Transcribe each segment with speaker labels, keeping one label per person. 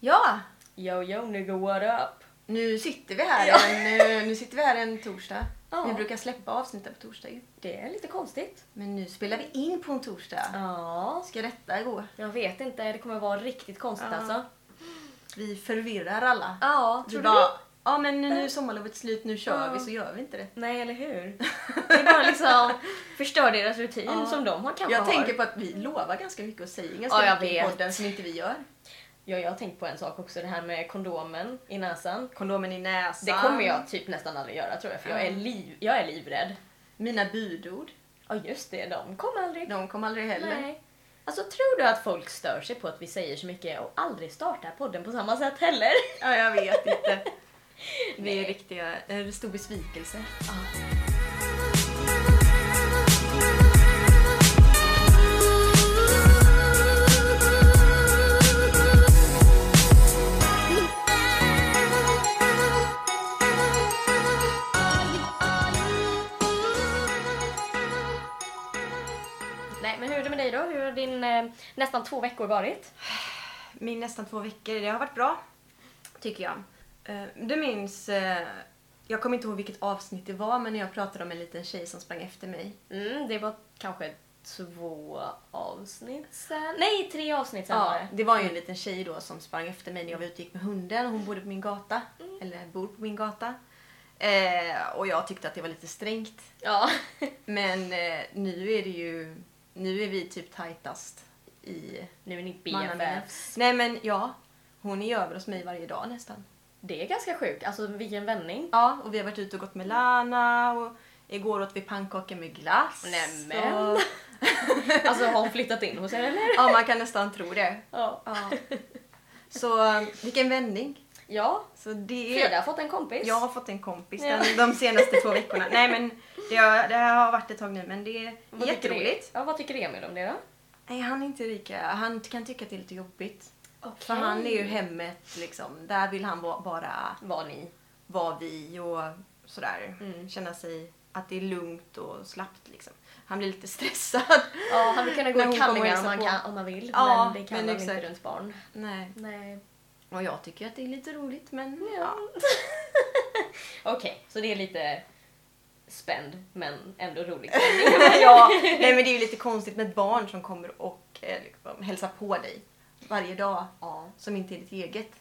Speaker 1: Ja,
Speaker 2: Yo yo nigga what up?
Speaker 1: nu sitter vi här,
Speaker 2: Ja.
Speaker 1: en, eh, nu sitter vi här en torsdag.
Speaker 2: Ja.
Speaker 1: Vi brukar släppa avsnitten på torsdag ju.
Speaker 2: Det är lite konstigt.
Speaker 1: Men nu spelar vi in på en torsdag.
Speaker 2: Ja.
Speaker 1: Ska detta gå?
Speaker 2: Jag vet inte, det kommer vara riktigt konstigt
Speaker 1: Ja.
Speaker 2: alltså.
Speaker 1: Vi förvirrar alla.
Speaker 2: Ja,
Speaker 1: Vi
Speaker 2: tror du?
Speaker 1: bara,
Speaker 2: det?
Speaker 1: Ja men nu är sommarlovet slut, nu kör
Speaker 2: Ja.
Speaker 1: vi så gör vi inte det.
Speaker 2: Nej, eller hur? Det är bara liksom förstör deras rutin
Speaker 1: Ja.
Speaker 2: som de har kanske
Speaker 1: Jag
Speaker 2: har.
Speaker 1: tänker på att vi lovar ganska mycket och säger ganska
Speaker 2: Ja, jag
Speaker 1: mycket i
Speaker 2: vet.
Speaker 1: podden som inte vi gör.
Speaker 2: Ja, jag har tänkt på en sak också, det här med kondomen i näsan.
Speaker 1: Kondomen i näsan.
Speaker 2: Det kommer jag typ nästan aldrig göra tror jag, för jag är, liv, jag är livrädd.
Speaker 1: Mina budord,
Speaker 2: Ja just det, de kommer aldrig.
Speaker 1: de kom aldrig heller.
Speaker 2: Nej. Alltså tror du att folk stör sig på att vi säger så mycket och aldrig startar podden på samma sätt heller?
Speaker 1: Ja, jag vet inte. Det är
Speaker 2: Nej.
Speaker 1: riktiga, en stor besvikelse.
Speaker 2: Nej men hur är det med dig då? Hur har din eh, nästan två veckor varit?
Speaker 1: Min nästan två veckor, det har varit bra. Tycker jag. Eh, Du minns, eh, jag kommer inte ihåg vilket avsnitt det var, men när jag pratade om en liten tjej som sprang efter mig.
Speaker 2: Mm, det var kanske två avsnitt sen. Nej, tre avsnitt sen var
Speaker 1: Ja,
Speaker 2: det.
Speaker 1: det var ju en liten tjej då som sprang efter mig när jag var ute och gick med hunden. Hon bodde på min gata. Eller bor på min gata. Eh, och jag tyckte att det var lite strängt.
Speaker 2: Ja.
Speaker 1: Men eh, nu är det ju... Nu är vi typ tajtast i
Speaker 2: Nu är ni
Speaker 1: mannamännen.
Speaker 2: BFFs.
Speaker 1: Nej men ja, hon är över hos mig varje dag nästan.
Speaker 2: Det är ganska sjukt. Alltså vilken vändning.
Speaker 1: Ja, och vi har varit ute och gått med Lana och igår åt vi pannkakor med glass.
Speaker 2: Nämen.
Speaker 1: Och,
Speaker 2: Alltså har hon flyttat in hos er eller?
Speaker 1: ja, man kan nästan tro det.
Speaker 2: Ja.
Speaker 1: Ja. Så eh, vilken vändning.
Speaker 2: Ja,
Speaker 1: Så det
Speaker 2: Frida
Speaker 1: är...
Speaker 2: har fått en kompis.
Speaker 1: Jag har fått en kompis
Speaker 2: Ja.
Speaker 1: den, de senaste två veckorna. Nej men det, har, det här har varit ett tag nu men det är
Speaker 2: Vad tycker
Speaker 1: jätteroligt.
Speaker 2: du- Ja, vad tycker Emil om det då?
Speaker 1: Nej han är inte lika, han kan tycka att det är lite jobbigt. För han är ju hemmet liksom, där vill han vara- bara
Speaker 2: Var ni?
Speaker 1: vara vi och sådär.
Speaker 2: Mm.
Speaker 1: Känna sig att det är lugnt och slappt liksom. Han blir lite stressad.
Speaker 2: Ja, han vill kunna gå
Speaker 1: När hon
Speaker 2: i
Speaker 1: kommer och
Speaker 2: kallingar om
Speaker 1: hälsar
Speaker 2: man,
Speaker 1: på.
Speaker 2: kan, om man vill.
Speaker 1: Ja,
Speaker 2: men det kan
Speaker 1: men
Speaker 2: man
Speaker 1: exakt.
Speaker 2: inte runt barn.
Speaker 1: Nej.
Speaker 2: Nej.
Speaker 1: Och jag tycker att det är lite roligt men ja.
Speaker 2: Ja. Okej, så det är lite spänd men ändå rolig stämning.
Speaker 1: ja. Nej men det är ju lite konstigt med ett barn som kommer och eh, liksom, hälsar på dig varje dag.
Speaker 2: ja.
Speaker 1: som inte är ditt eget.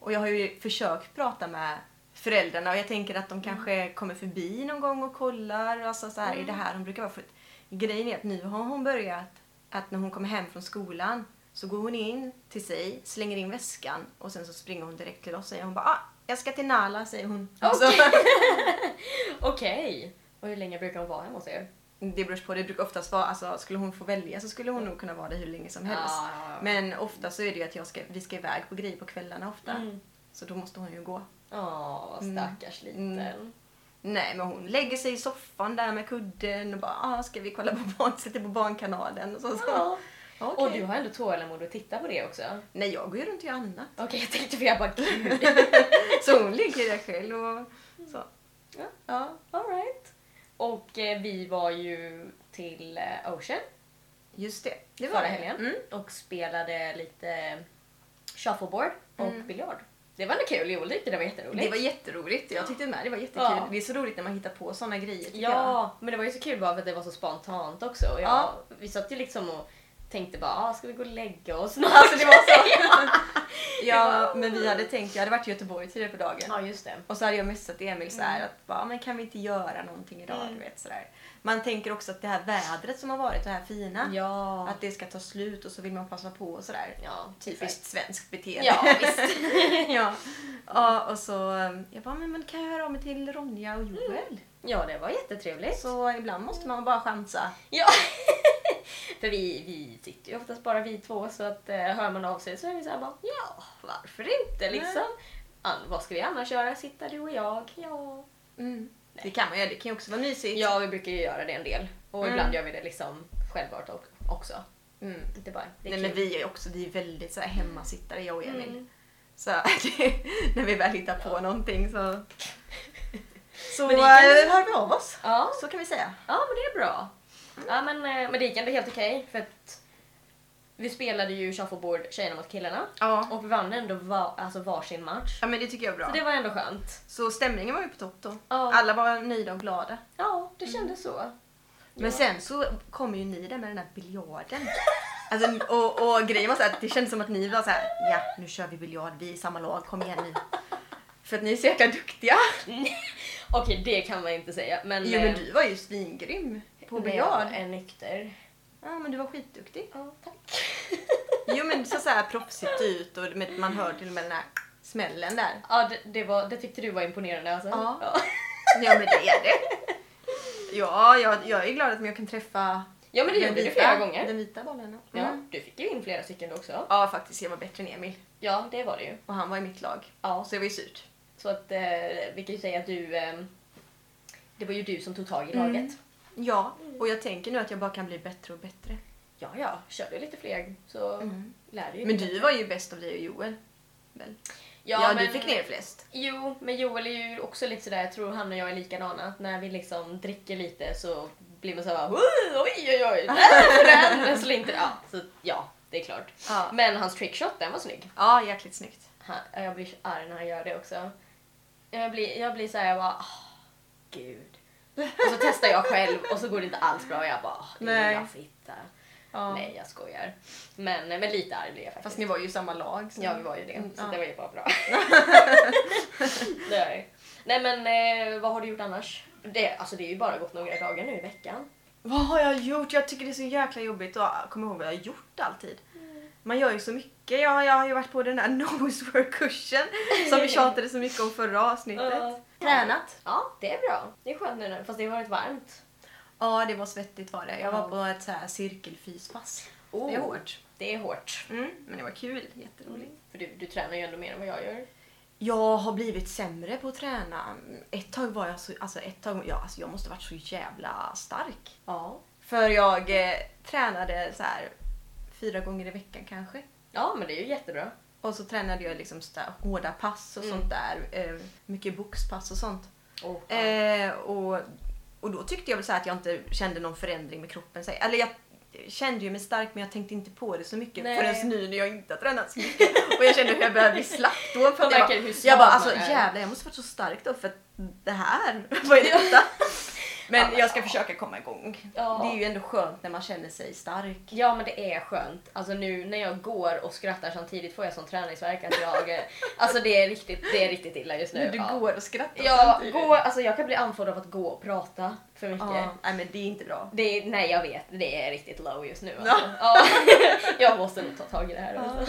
Speaker 1: Och jag har ju försökt prata med föräldrarna och jag tänker att de
Speaker 2: Mm.
Speaker 1: kanske kommer förbi någon gång och kollar. Alltså så här, är
Speaker 2: Mm.
Speaker 1: det här hon brukar vara för Grejen är att nu har hon börjat att när hon kommer hem från skolan så går hon in till sig, slänger in väskan och sen så springer hon direkt till oss och säger hon bara ah, jag ska till Nala säger hon. Alltså,
Speaker 2: Okej. Och hur länge brukar hon vara hemma hos er?
Speaker 1: det beror på, det brukar oftast vara, alltså skulle hon få välja så skulle hon nog kunna vara det hur länge som helst.
Speaker 2: Ja, ja, ja.
Speaker 1: Men ofta så är det ju att jag ska, vi ska iväg på grejer på kvällarna ofta.
Speaker 2: Mm.
Speaker 1: Så då måste hon ju gå.
Speaker 2: Ja, stackars
Speaker 1: Mm.
Speaker 2: liten.
Speaker 1: Nej, men hon lägger sig i soffan där med kudden och bara ah, ska vi kolla på barn, sätter på barnkanalen och så. så.
Speaker 2: Ja.
Speaker 1: Okej.
Speaker 2: Och du har ändå tålamod att titta på det också.
Speaker 1: Nej, jag går ju runt och gör annat.
Speaker 2: Okej, jag tänkte för jag bara gud.
Speaker 1: Så hon ligger där själv och så.
Speaker 2: Ja.
Speaker 1: Ja.
Speaker 2: Alright. Och eh, vi var ju till eh, Ocean
Speaker 1: Just det. Det
Speaker 2: förra
Speaker 1: det.
Speaker 2: helgen
Speaker 1: Mm.
Speaker 2: och spelade lite shuffleboard och biljard. Det var ändå kul. Joel tyckte Mm. det var jätteroligt.
Speaker 1: Det var jätteroligt. Jag tyckte med, det var jättekul.
Speaker 2: Ja.
Speaker 1: Det är så roligt när man hittar på sådana grejer tycker jag.
Speaker 2: Ja, men det var ju så kul bara för att det var så spontant också. Och jag,
Speaker 1: Ja.
Speaker 2: Vi satt ju liksom och tänkte bara, ah, ska vi gå och lägga oss snart?
Speaker 1: Alltså det var så.
Speaker 2: ja.
Speaker 1: Ja, men vi hade tänkt, jag hade varit i Göteborg tidigare på dagen.
Speaker 2: ja, just det.
Speaker 1: Och så hade jag messat Emil så här att bara, men kan vi inte göra någonting idag?
Speaker 2: Mm.
Speaker 1: Du vet, så där. Man tänker också att det här vädret som har varit, det här fina,
Speaker 2: Ja.
Speaker 1: Att det ska ta slut och så vill man passa på och sådär.
Speaker 2: ja,
Speaker 1: Typiskt svenskt beteende.
Speaker 2: Ja, visst.
Speaker 1: ja. ja, och så um, jag bara, men, men kan jag höra av mig till Ronja och Joel?
Speaker 2: ja, det var jättetrevligt.
Speaker 1: Så ibland måste man bara chansa.
Speaker 2: Ja. För vi, vi sitter ju oftast bara vi två så att eh, hör man av sig så är vi såhär bara ja, varför inte liksom. An- vad ska vi annars göra? Sitta du och jag? Ja.
Speaker 1: Det kan man göra, det kan ju också vara mysigt.
Speaker 2: Mm. Ja, vi brukar ju göra det en del. Och
Speaker 1: Mm.
Speaker 2: ibland gör vi det liksom självbart och- också.
Speaker 1: Mm.
Speaker 2: Inte bara, det är
Speaker 1: Nej, men
Speaker 2: kul.
Speaker 1: vi är också vi är väldigt så här hemmasittare, jag och Emil.
Speaker 2: Mm.
Speaker 1: Så det, när vi väl hittar på någonting så... Så
Speaker 2: Men det kan-
Speaker 1: eh, hör vi av oss.
Speaker 2: Ja,
Speaker 1: Så kan vi säga.
Speaker 2: ja, men det är bra. Ja, men, eh, men det gick ändå helt okej för att Vi spelade ju shuffleboard tjejerna mot killarna
Speaker 1: Ja.
Speaker 2: och vi vann ändå va, alltså varsin match.
Speaker 1: ja, men det tycker jag är bra.
Speaker 2: Så
Speaker 1: Så,
Speaker 2: det var ändå skönt.
Speaker 1: stämningen var ju på topp då.
Speaker 2: Ja.
Speaker 1: Alla var nöjda och glada.
Speaker 2: Ja, det
Speaker 1: Mm.
Speaker 2: kändes så.
Speaker 1: Men sen så kommer ju ni där med den där biljarden. Alltså, och, och grejen var så att det kändes som att ni var så här, ja nu kör vi biljard, vi är i samma lag, kom igen nu. För att ni är så jäkla duktiga.
Speaker 2: Okej, det kan man inte säga. Men,
Speaker 1: Jo men
Speaker 2: eh,
Speaker 1: du var ju svingrym på
Speaker 2: när jag
Speaker 1: biljard.
Speaker 2: är nykter.
Speaker 1: Ja men du var skitduktig.
Speaker 2: Ja, tack.
Speaker 1: Jo men du såg så här proffsigt ut och men man hör till och med den här smällen där.
Speaker 2: Ja, det, det, var, det tyckte du var imponerande alltså?
Speaker 1: Ja. Ja men det är det. Ja, jag, jag är glad att jag kan träffa
Speaker 2: Ja, men det
Speaker 1: den
Speaker 2: gjorde du
Speaker 1: vita-
Speaker 2: flera gånger.
Speaker 1: Den vita bollen. ja.
Speaker 2: Ja,
Speaker 1: Mm.
Speaker 2: du fick ju in flera stycken också.
Speaker 1: Ja faktiskt, jag var bättre än Emil.
Speaker 2: Ja, det var det ju.
Speaker 1: Och han var i mitt lag.
Speaker 2: Ja,
Speaker 1: Så det var ju surt.
Speaker 2: så att eh, vi kan ju säga att du... ehm, det var ju du som tog tag
Speaker 1: Mm.
Speaker 2: i laget.
Speaker 1: Ja, och jag tänker nu att jag bara kan bli bättre och bättre.
Speaker 2: Ja, ja, kör du lite fler så
Speaker 1: Mm.
Speaker 2: lär du ju.
Speaker 1: Men du var ju bäst av dig och Joel. Väl?
Speaker 2: ja, men,
Speaker 1: du fick ner flest.
Speaker 2: Jo, men Joel är ju också lite sådär, jag tror han och jag är likadana. Att när vi liksom dricker lite så blir man såhär "Oj, oj, oj, oj, där, där, där slinter det." ja, så, ja, det är klart.
Speaker 1: Ja.
Speaker 2: Men hans trickshot, den var snygg.
Speaker 1: Ja, jäkligt snyggt.
Speaker 2: Han, jag blir så arg när han gör det också. Jag blir, jag blir såhär, jag bara "Ah, gud. Och så testar jag själv och så går det inte alls bra och jag bara "Ah,
Speaker 1: Nej.
Speaker 2: lilla fitta. Nej, jag skojar. Men, men lite arg blir jag faktiskt.
Speaker 1: Fast ni var ju i samma lag. Så.
Speaker 2: Ja, vi var ju det.
Speaker 1: Mm,
Speaker 2: så
Speaker 1: ja.
Speaker 2: det var ju bara bra. det är det. Nej men eh, vad har du gjort annars? Det, alltså, det är ju bara gått några dagar nu i veckan.
Speaker 1: Vad har jag gjort? Jag tycker det är så jäkla jobbigt att komma ihåg vad jag har gjort alltid.
Speaker 2: Mm.
Speaker 1: Man gör ju så mycket. Jag, jag har ju varit på den där nosework-kursen som vi tjatade så mycket om förra avsnittet.
Speaker 2: Ja.
Speaker 1: Tränat.
Speaker 2: Ja, det är bra. Det är skönt nu fast det har varit varmt.
Speaker 1: Ja, det var svettigt var det. Jag
Speaker 2: Ja.
Speaker 1: var på ett så här cirkelfyspass. Det är
Speaker 2: Oh.
Speaker 1: hårt.
Speaker 2: Det är hårt.
Speaker 1: Mm, men det var kul. Jätteroligt.
Speaker 2: För du, du tränar ju ändå mer än vad jag gör.
Speaker 1: Jag har blivit sämre på att träna. Ett tag var jag så, alltså ett tag, ja, alltså jag måste ha varit så jävla stark.
Speaker 2: Ja.
Speaker 1: För jag eh, tränade så här fyra gånger i veckan kanske.
Speaker 2: Ja men det är ju jättebra.
Speaker 1: Och så tränade jag liksom så där, hårda pass och
Speaker 2: Mm.
Speaker 1: sånt där. Eh, mycket boxpass och sånt.
Speaker 2: Oh,
Speaker 1: Eh, och, och då tyckte jag väl så här att jag inte kände någon förändring med kroppen. Så här. Eller jag kände ju mig stark men jag tänkte inte på det så mycket
Speaker 2: Nej.
Speaker 1: förrän nu när jag inte har tränat så mycket. och jag kände hur jag började bli slapp då. För att
Speaker 2: Man
Speaker 1: jag,
Speaker 2: märker
Speaker 1: bara,
Speaker 2: hur svag
Speaker 1: jag bara
Speaker 2: man
Speaker 1: alltså
Speaker 2: är.
Speaker 1: jävlar jag måste varit så stark då för att det här, vad är detta?
Speaker 2: Ja,
Speaker 1: Men
Speaker 2: men
Speaker 1: jag ska
Speaker 2: ja.
Speaker 1: försöka komma igång.
Speaker 2: Ja.
Speaker 1: Det är ju ändå skönt när man känner sig stark.
Speaker 2: Ja men det är skönt. Alltså nu när jag går och skrattar samtidigt får jag sån träningsvärk att jag... eh, alltså det är riktigt, det är riktigt illa just nu.
Speaker 1: När du
Speaker 2: ja.
Speaker 1: går och skrattar
Speaker 2: Ja,
Speaker 1: samtidigt.
Speaker 2: gå, alltså jag kan bli andfådd av att gå och prata för mycket.
Speaker 1: Ja, nej men det är inte bra.
Speaker 2: Det är, nej jag vet, det är riktigt low just nu.
Speaker 1: Ja.
Speaker 2: Alltså. Ja. jag måste nog ta tag i det här. Alltså.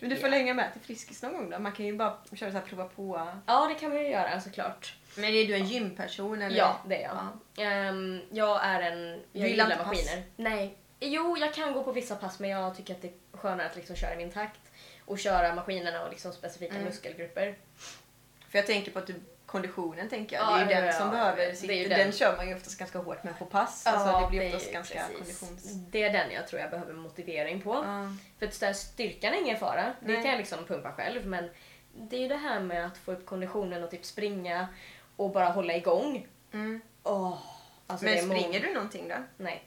Speaker 1: Men du får hänga med till Friskis någon gång då. Man kan ju bara köra så här prova på.
Speaker 2: Ja det kan vi ju göra såklart.
Speaker 1: Men är du en gymperson eller?
Speaker 2: Ja det är jag. Ehm, jag är en...
Speaker 1: gillar
Speaker 2: Jag gillar
Speaker 1: inte pass?
Speaker 2: maskiner. Nej. Jo jag kan gå på vissa pass men jag tycker att det är skönare att liksom köra i min takt och köra maskinerna och liksom specifika
Speaker 1: Mm.
Speaker 2: muskelgrupper.
Speaker 1: För jag tänker på att du, konditionen tänker jag,
Speaker 2: Ja,
Speaker 1: det är ju
Speaker 2: ja,
Speaker 1: den
Speaker 2: ja,
Speaker 1: som
Speaker 2: ja. Det
Speaker 1: behöver
Speaker 2: är
Speaker 1: sitta.
Speaker 2: ju
Speaker 1: Den.
Speaker 2: den.
Speaker 1: kör man ju oftast ganska hårt med på pass. alltså det blir
Speaker 2: är
Speaker 1: oftast
Speaker 2: ju
Speaker 1: ganska
Speaker 2: precis.
Speaker 1: konditions...
Speaker 2: Det är den jag tror jag behöver motivering på.
Speaker 1: Ja.
Speaker 2: För att ställa styrkan är ingen fara, det
Speaker 1: Nej.
Speaker 2: kan jag liksom pumpa själv. Men det är ju det här med att få upp konditionen och typ springa och bara hålla igång.
Speaker 1: Mm.
Speaker 2: Åh, alltså
Speaker 1: Men
Speaker 2: det är mo-
Speaker 1: springer du någonting då?
Speaker 2: Nej.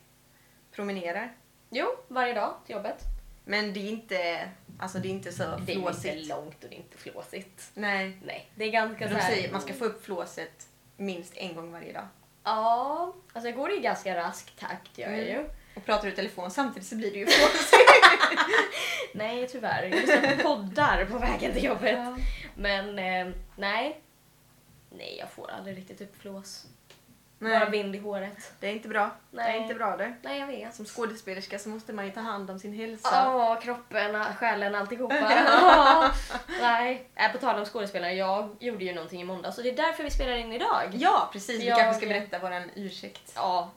Speaker 1: Promenerar?
Speaker 2: Jo, varje dag till jobbet.
Speaker 1: Men det är inte, alltså det är inte så
Speaker 2: Det är ju inte
Speaker 1: flåsigt.
Speaker 2: långt och det är inte flåsigt.
Speaker 1: Nej.
Speaker 2: Nej, det är ganska
Speaker 1: De
Speaker 2: så här-
Speaker 1: säger att man ska få upp flåset minst en gång varje dag.
Speaker 2: Ja, alltså jag går i ganska rask takt gör jag
Speaker 1: Mm.
Speaker 2: ju.
Speaker 1: Och pratar du i telefon samtidigt så blir det ju flåsigt.
Speaker 2: Nej, tyvärr. Jag lyssnar på poddar på vägen till jobbet.
Speaker 1: Ja.
Speaker 2: Men eh, nej. Nej, jag får aldrig riktigt upp flås. Bara
Speaker 1: Nej,
Speaker 2: vind i håret.
Speaker 1: det är inte bra. Det
Speaker 2: Nej.
Speaker 1: är inte bra det.
Speaker 2: Nej, jag vet.
Speaker 1: Som skådespelerska så måste man ju ta hand om sin hälsa.
Speaker 2: Ja, kroppen, själen, alltihopa. Ja. Nej. Äh, på tal om skådespelare, jag gjorde ju någonting i måndags och det är därför vi spelar in idag.
Speaker 1: Ja, precis. Vi
Speaker 2: Jag-
Speaker 1: kanske ska berätta våran ursäkt.
Speaker 2: Ja,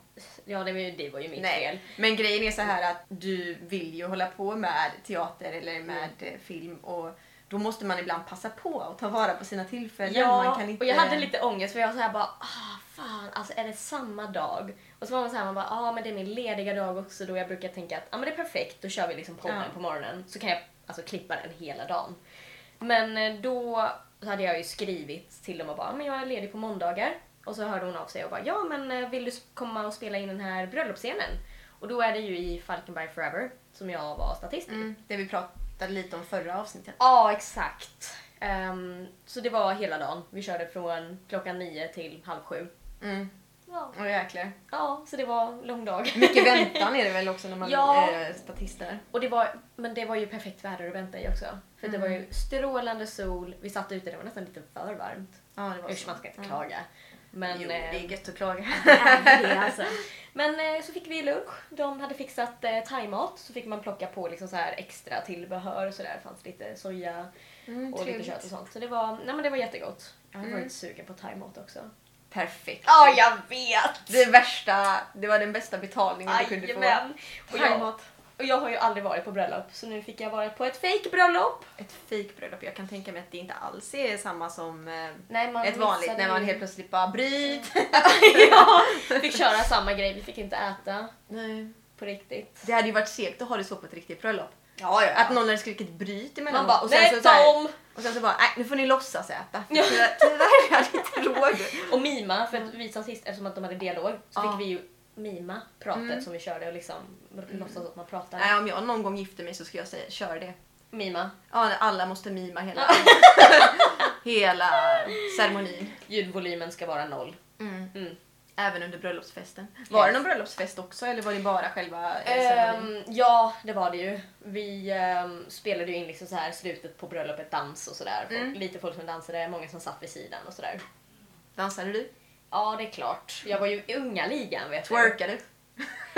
Speaker 2: ja det, var ju, det var ju mitt fel.
Speaker 1: Nej, men grejen är så här att du vill ju hålla på med teater eller med
Speaker 2: Mm.
Speaker 1: eh, film och då måste man ibland passa på och ta vara på sina tillfällen. man
Speaker 2: Ja,
Speaker 1: kan inte...
Speaker 2: och jag hade lite ångest för jag var så här bara ah fan, alltså är det samma dag? Och så var man så här, man bara ah men det är min lediga dag också då jag brukar tänka att ah, men det är perfekt, då kör vi liksom podden
Speaker 1: Ja.
Speaker 2: på morgonen så kan jag alltså klippa den hela dagen. Men eh, då så hade jag ju skrivit till dem och bara ah, men jag är ledig på måndagar och så hörde hon av sig och bara ja men eh, vill du s- komma och spela in den här bröllopsscenen? Och då är det ju i Falkenberg Forever som jag var statistiker.
Speaker 1: Mm, det vi pratade lite om förra avsnittet.
Speaker 2: Ja, exakt. Ehm, så det var hela dagen. Vi körde från klockan nio till halv sju.
Speaker 1: Mm.
Speaker 2: Ja,
Speaker 1: Åh jäklar.
Speaker 2: ja så det var en lång dag.
Speaker 1: Mycket väntan är det väl också när man eh,
Speaker 2: Ja.
Speaker 1: är statist där.
Speaker 2: Och det var, men det var ju perfekt väder att vänta i också. För det var
Speaker 1: Mm.
Speaker 2: ju strålande sol, vi satt ute, det var nästan lite för varmt.
Speaker 1: Ja, det var
Speaker 2: Usch,
Speaker 1: så.
Speaker 2: man ska inte klaga. Men,
Speaker 1: jo, det är
Speaker 2: eh,
Speaker 1: gött att klaga.
Speaker 2: är det alltså. Men eh, så fick vi lunch. De hade fixat eh, thaimat. Så fick man plocka på liksom så här extra tillbehör och sådär. Det fanns lite soja
Speaker 1: Mm,
Speaker 2: och lite
Speaker 1: trevligt.
Speaker 2: kött och sånt. Så det var, nej, men det var jättegott. Jag har
Speaker 1: Mm.
Speaker 2: varit sugen på thaimat också.
Speaker 1: Perfekt.
Speaker 2: Ah, Ja, jag vet!
Speaker 1: Det värsta, det var den bästa betalningen du kunde få.
Speaker 2: Jajamän! Och jag,
Speaker 1: Thaimat.
Speaker 2: och jag har ju aldrig varit på bröllop så nu fick jag vara på ett fejkbröllop.
Speaker 1: Ett fejkbröllop. Jag kan tänka mig att det inte alls är samma som eh,
Speaker 2: Nej, man
Speaker 1: ett vanligt
Speaker 2: missade
Speaker 1: när man
Speaker 2: ju-
Speaker 1: helt plötsligt bara bryt.
Speaker 2: ja, fick köra samma grej. Vi fick inte äta
Speaker 1: Nej.
Speaker 2: på riktigt.
Speaker 1: Det hade ju varit segt att ha det så på ett riktigt bröllop.
Speaker 2: Ja, ja.
Speaker 1: Att någon hade skrikit bryt emellan.
Speaker 2: Man bara,
Speaker 1: och
Speaker 2: nej,
Speaker 1: sen så,
Speaker 2: ta
Speaker 1: så här,
Speaker 2: om!
Speaker 1: Och sen så bara, nej nu får ni låtsas äta. För
Speaker 2: Ja.
Speaker 1: tyvärr- Tyvärr hade jag inte råd.
Speaker 2: Och mima, för att vi som sist, eftersom att de hade dialog, så
Speaker 1: Ja.
Speaker 2: fick vi ju mima pratet
Speaker 1: Mm.
Speaker 2: som vi körde och liksom låtsas att man pratar.
Speaker 1: Nej, om jag någon gång gifter mig så ska jag säga, kör det.
Speaker 2: Mima.
Speaker 1: Ja, alla måste mima hela, hela ceremonin.
Speaker 2: Ljudvolymen ska vara noll. Mm.
Speaker 1: Även under bröllopsfesten. Var det någon bröllopsfest också eller var det bara själva eh, ceremonin?
Speaker 2: Ehm, ja, det var det ju. Vi ehm, spelade ju in liksom så här slutet på bröllopet, dans och sådär. Folk-
Speaker 1: Mm.
Speaker 2: Lite folk som dansade, många som satt vid sidan och sådär.
Speaker 1: Dansade du?
Speaker 2: Ja, det är klart. Jag var ju i unga ligan vet du.
Speaker 1: Twerkade du?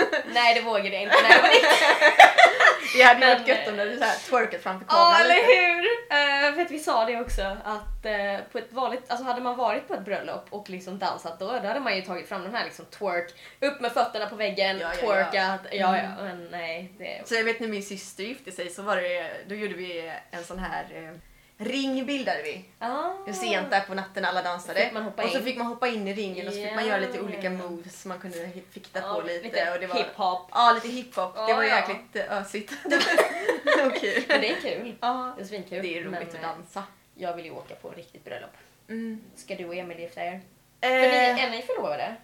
Speaker 2: Nej, det vågade jag inte. Nej, jag var
Speaker 1: Det hade ju
Speaker 2: Men,
Speaker 1: varit gött om du hade så här twerkat framför kameran
Speaker 2: Ja, eller
Speaker 1: lite.
Speaker 2: hur! Eh, för att vi sa det också att eh, på ett vanligt, alltså hade man varit på ett bröllop och liksom dansat då, då hade man ju tagit fram de här liksom twerk, upp med fötterna på väggen,
Speaker 1: Ja, Mm. ja, ja.
Speaker 2: twerkat, ja ja, men nej. Det,
Speaker 1: Så jag vet när min syster gifte sig så var det, då gjorde vi en sån här eh, ring bildade vi.
Speaker 2: ah.
Speaker 1: Hur sent där på natten alla dansade.
Speaker 2: Fick man hoppa
Speaker 1: och så
Speaker 2: in.
Speaker 1: fick man hoppa in i ringen och så fick man
Speaker 2: Ja.
Speaker 1: göra lite olika moves man kunde hi- fikta
Speaker 2: Ja,
Speaker 1: på lite. och det var,
Speaker 2: hiphop.
Speaker 1: Ja, lite hiphop. det
Speaker 2: Ja,
Speaker 1: var
Speaker 2: ja.
Speaker 1: jäkligt eh, ösigt. och kul.
Speaker 2: Men det är kul.
Speaker 1: Ja,
Speaker 2: Det är svinkul.
Speaker 1: det är roligt
Speaker 2: men,
Speaker 1: att
Speaker 2: eh,
Speaker 1: dansa.
Speaker 2: Jag vill ju åka på riktigt bröllop.
Speaker 1: Mm.
Speaker 2: Ska du och Emil gifta er? För ni,
Speaker 1: Eh,
Speaker 2: är ni förlovade?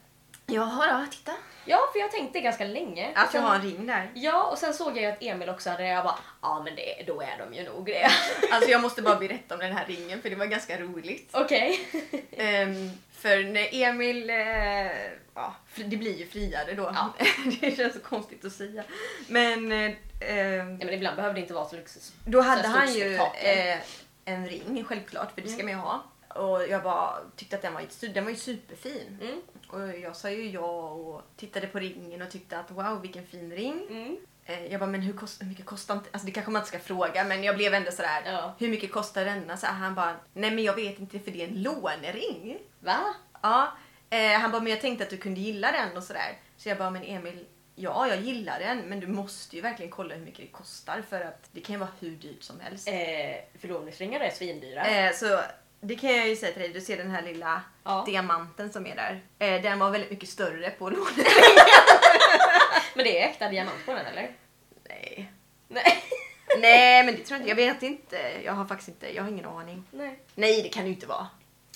Speaker 1: jaha då, titta.
Speaker 2: Ja, för jag tänkte ganska länge.
Speaker 1: Att Alltså, jag
Speaker 2: Sen-
Speaker 1: har en ring där.
Speaker 2: Ja, och sen såg jag ju att Emil också hade det. Jag bara, ja men det, då är de ju nog det.
Speaker 1: Alltså jag måste bara berätta om den här ringen för det var ganska roligt.
Speaker 2: Okej.
Speaker 1: Ehm, för när Emil, eh, ja, fri- det blir ju friare då.
Speaker 2: Ja.
Speaker 1: det känns så konstigt att säga. Men eh, ehm,
Speaker 2: Nej, men ibland behöver det inte vara så lyxigt.
Speaker 1: Då hade
Speaker 2: stort
Speaker 1: han ju
Speaker 2: spektakel. Mm.
Speaker 1: eh, en ring självklart, för det ska man ju ha. Och jag bara tyckte att den var, ju- den var ju superfin.
Speaker 2: Mm.
Speaker 1: Och jag sa ju ja och tittade på ringen och tyckte att wow vilken fin ring.
Speaker 2: Mm.
Speaker 1: Eh, jag bara men hur, kost, hur mycket kostar inte, alltså det kanske man inte ska fråga men jag blev ändå sådär
Speaker 2: Ja.
Speaker 1: hur mycket kostar denna? Så han bara nej men jag vet inte för det är en lånering.
Speaker 2: Va?
Speaker 1: Ja, eh, han bara men jag tänkte att du kunde gilla den och sådär. Så jag bara men Emil, ja jag gillar den men du måste ju verkligen kolla hur mycket det kostar för att det kan ju vara hur dyrt som helst.
Speaker 2: Eh, förlovningsringar är svindyra.
Speaker 1: Eh, så det kan jag ju säga till dig, du ser den här lilla
Speaker 2: Ja.
Speaker 1: diamanten som är där. Eh, den var väldigt mycket större på lådan.
Speaker 2: Men det är äkta diamant på den eller?
Speaker 1: Nej.
Speaker 2: Nej.
Speaker 1: Nej men det tror jag inte, jag vet inte. Jag har faktiskt inte, jag har ingen aning.
Speaker 2: Nej.
Speaker 1: Nej det kan det ju inte vara.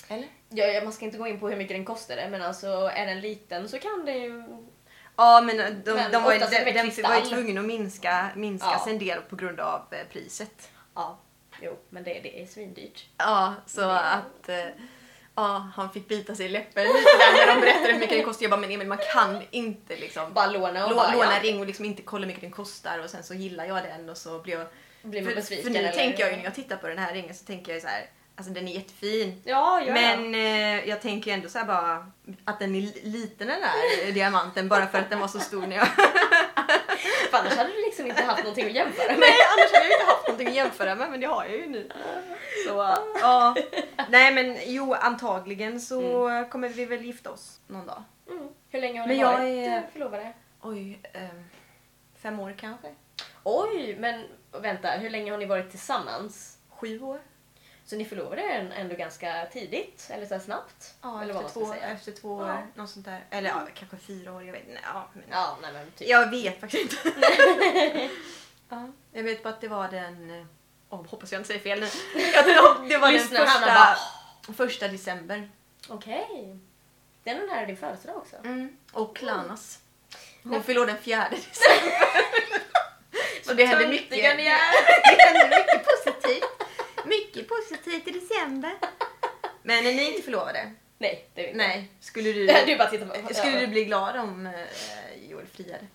Speaker 1: Eller?
Speaker 2: Ja, ja, man ska inte gå in på hur mycket den kostade men alltså är den liten så kan den ju...
Speaker 1: Ja men eh, de,
Speaker 2: Men
Speaker 1: de var, ju,
Speaker 2: oftast är det
Speaker 1: de,
Speaker 2: med
Speaker 1: de var ju
Speaker 2: kristall.
Speaker 1: tvungna att minska, minska
Speaker 2: Ja.
Speaker 1: sin del på grund av eh, priset.
Speaker 2: Ja, jo, men det, det är svindyrt.
Speaker 1: Ja så att eh, Ja, han fick bita sig i läppen lite där när de berättade hur mycket det kostar. Jag bara, men Emil man kan inte liksom
Speaker 2: Bara låna och
Speaker 1: Lå,
Speaker 2: bara,
Speaker 1: låna
Speaker 2: ja,
Speaker 1: ring och liksom inte kolla hur mycket den kostar och sen så gillar jag den och så blir jag...
Speaker 2: Blir man
Speaker 1: för,
Speaker 2: besviken
Speaker 1: för nu
Speaker 2: eller?
Speaker 1: tänker jag ju när jag tittar på den här ringen så tänker jag ju så här, alltså den är jättefin.
Speaker 2: Ja, ja, ja.
Speaker 1: Men eh, jag tänker ju ändå så här bara att den är li- liten den där diamanten bara för att den var så stor när jag...
Speaker 2: För annars hade du liksom inte haft någonting att jämföra med.
Speaker 1: Nej annars hade jag ju inte haft någonting att jämföra med men det har jag ju nu. Så eh, ja. Nej men jo antagligen så kommer vi väl gifta oss någon dag.
Speaker 2: Mm. Hur länge har
Speaker 1: Men
Speaker 2: ni
Speaker 1: jag
Speaker 2: varit
Speaker 1: är-
Speaker 2: eh, förlovade?
Speaker 1: Oj, ehm, fem år kanske?
Speaker 2: Oj, men vänta, hur länge har ni varit tillsammans?
Speaker 1: Sju år?
Speaker 2: Så ni förlovade er ändå ganska tidigt, eller så här snabbt?
Speaker 1: Ja,
Speaker 2: eller
Speaker 1: efter, två, efter två år.
Speaker 2: Ja.
Speaker 1: Något sånt där. Eller ja, kanske fyra år. Jag vet, nej, ja, men,
Speaker 2: Ja, nej men typ.
Speaker 1: jag vet faktiskt inte. ja, jag vet bara att det var den... eh, Oh, hoppas jag inte säger fel nu. Jag tror det var den
Speaker 2: Lyssnar Hanna
Speaker 1: första, första december.
Speaker 2: Okej. Det är nog nära din födelsedag också.
Speaker 1: Mm. Och Klanas. Hon
Speaker 2: Nej.
Speaker 1: fyller den fjärde december. Och det händer mycket,
Speaker 2: Töntiga ni är!
Speaker 1: det händer mycket positivt. Mycket positivt i december. Men är ni inte förlovade?
Speaker 2: Nej, det vill
Speaker 1: Nej. Skulle du,
Speaker 2: Du bara tittar på
Speaker 1: skulle du bli glad om eh, Joel friade?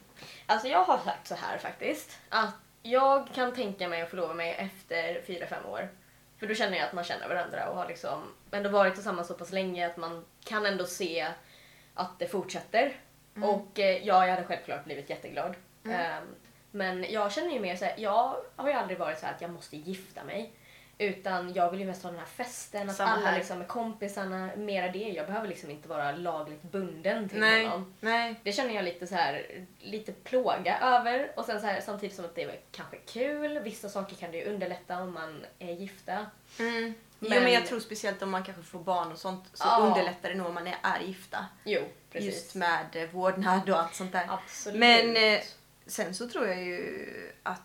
Speaker 2: Alltså jag har sagt så här faktiskt. Att jag kan tänka mig att förlova mig efter 4-5 år. För då känner jag att man känner varandra och har liksom ändå varit tillsammans så pass länge att man kan ändå se att det fortsätter.
Speaker 1: Mm.
Speaker 2: Och eh, ja, jag hade självklart blivit jätteglad. Ehm, men jag känner ju mer så här, jag har ju aldrig varit så här att jag måste gifta mig. Utan jag vill ju mest ha den här festen, att
Speaker 1: Samma
Speaker 2: alla
Speaker 1: här.
Speaker 2: liksom är kompisarna, mera det. Jag behöver liksom inte vara lagligt bunden till
Speaker 1: Nej.
Speaker 2: någon.
Speaker 1: Nej.
Speaker 2: Det känner jag lite så här, lite plåga över och sen så här, samtidigt som att det är kanske kul. Vissa saker kan det ju underlätta om man är gifta.
Speaker 1: Mm. Men, jo,
Speaker 2: Men-
Speaker 1: men jag tror speciellt om man kanske får barn och sånt så
Speaker 2: Ja.
Speaker 1: underlättar det nog om man är, är gifta.
Speaker 2: Jo, precis.
Speaker 1: Just med eh, vårdnad och allt sånt där.
Speaker 2: Absolut.
Speaker 1: Men eh, sen så tror jag ju att,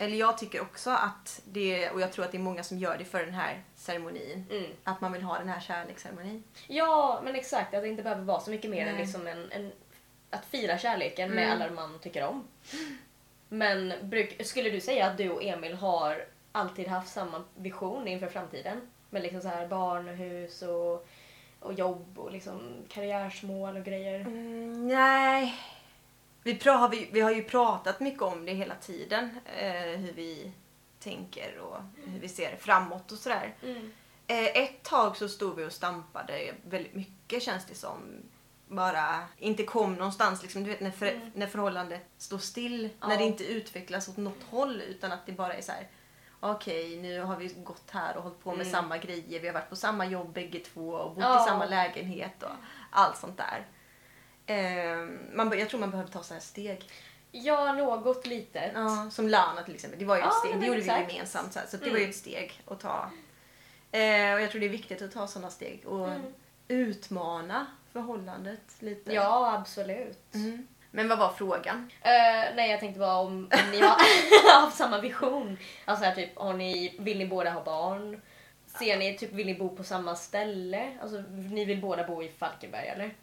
Speaker 1: eller jag tycker också att det, och jag tror att det är många som gör det för den här ceremonin.
Speaker 2: Mm.
Speaker 1: Att man vill ha den här kärleksceremonin.
Speaker 2: Ja, men exakt. Att det inte behöver vara så mycket mer
Speaker 1: Nej.
Speaker 2: än
Speaker 1: Mm.
Speaker 2: liksom en, en, att fira kärleken med alla man tycker om. Men bruk, skulle du säga att du och Emil har alltid haft samma vision inför framtiden? Med liksom så här barn och hus och, och jobb och liksom karriärsmål och grejer?
Speaker 1: Mm, nej. Vi, pra- har vi, vi har ju pratat mycket om det hela tiden. Eh, hur vi tänker och hur vi ser framåt och sådär.
Speaker 2: Mm.
Speaker 1: Eh, ett tag så stod vi och stampade väldigt mycket känns det som. Bara inte kom någonstans. Liksom, du vet när, för- när förhållandet står still.
Speaker 2: Mm. Ja.
Speaker 1: När det inte utvecklas åt något håll utan att det bara är så här. Okej, nu har vi gått här och hållit på med
Speaker 2: Mm.
Speaker 1: samma grejer. Vi har varit på samma jobb bägge två och bott
Speaker 2: Ja.
Speaker 1: i samma lägenhet och allt sånt där. Ehm, man, be- jag tror man behöver ta så här steg.
Speaker 2: Ja, något litet.
Speaker 1: Ja, som Lana till exempel. Det var ju
Speaker 2: Ja,
Speaker 1: ett
Speaker 2: men
Speaker 1: steg. Det gjorde
Speaker 2: exakt.
Speaker 1: vi gemensamt. Så, här, så det
Speaker 2: Mm.
Speaker 1: var ju ett steg att ta. Eh, och jag tror det är viktigt att ta sådana steg och
Speaker 2: Mm.
Speaker 1: utmana förhållandet lite.
Speaker 2: Ja, absolut.
Speaker 1: Mm. Men vad var frågan?
Speaker 2: Eh, nej, jag tänkte bara om, om ni har haft samma vision. Alltså här, typ, har ni, vill ni båda ha barn? Ser ni, typ, vill ni bo på samma ställe? Alltså, ni vill båda bo i Falkenberg eller?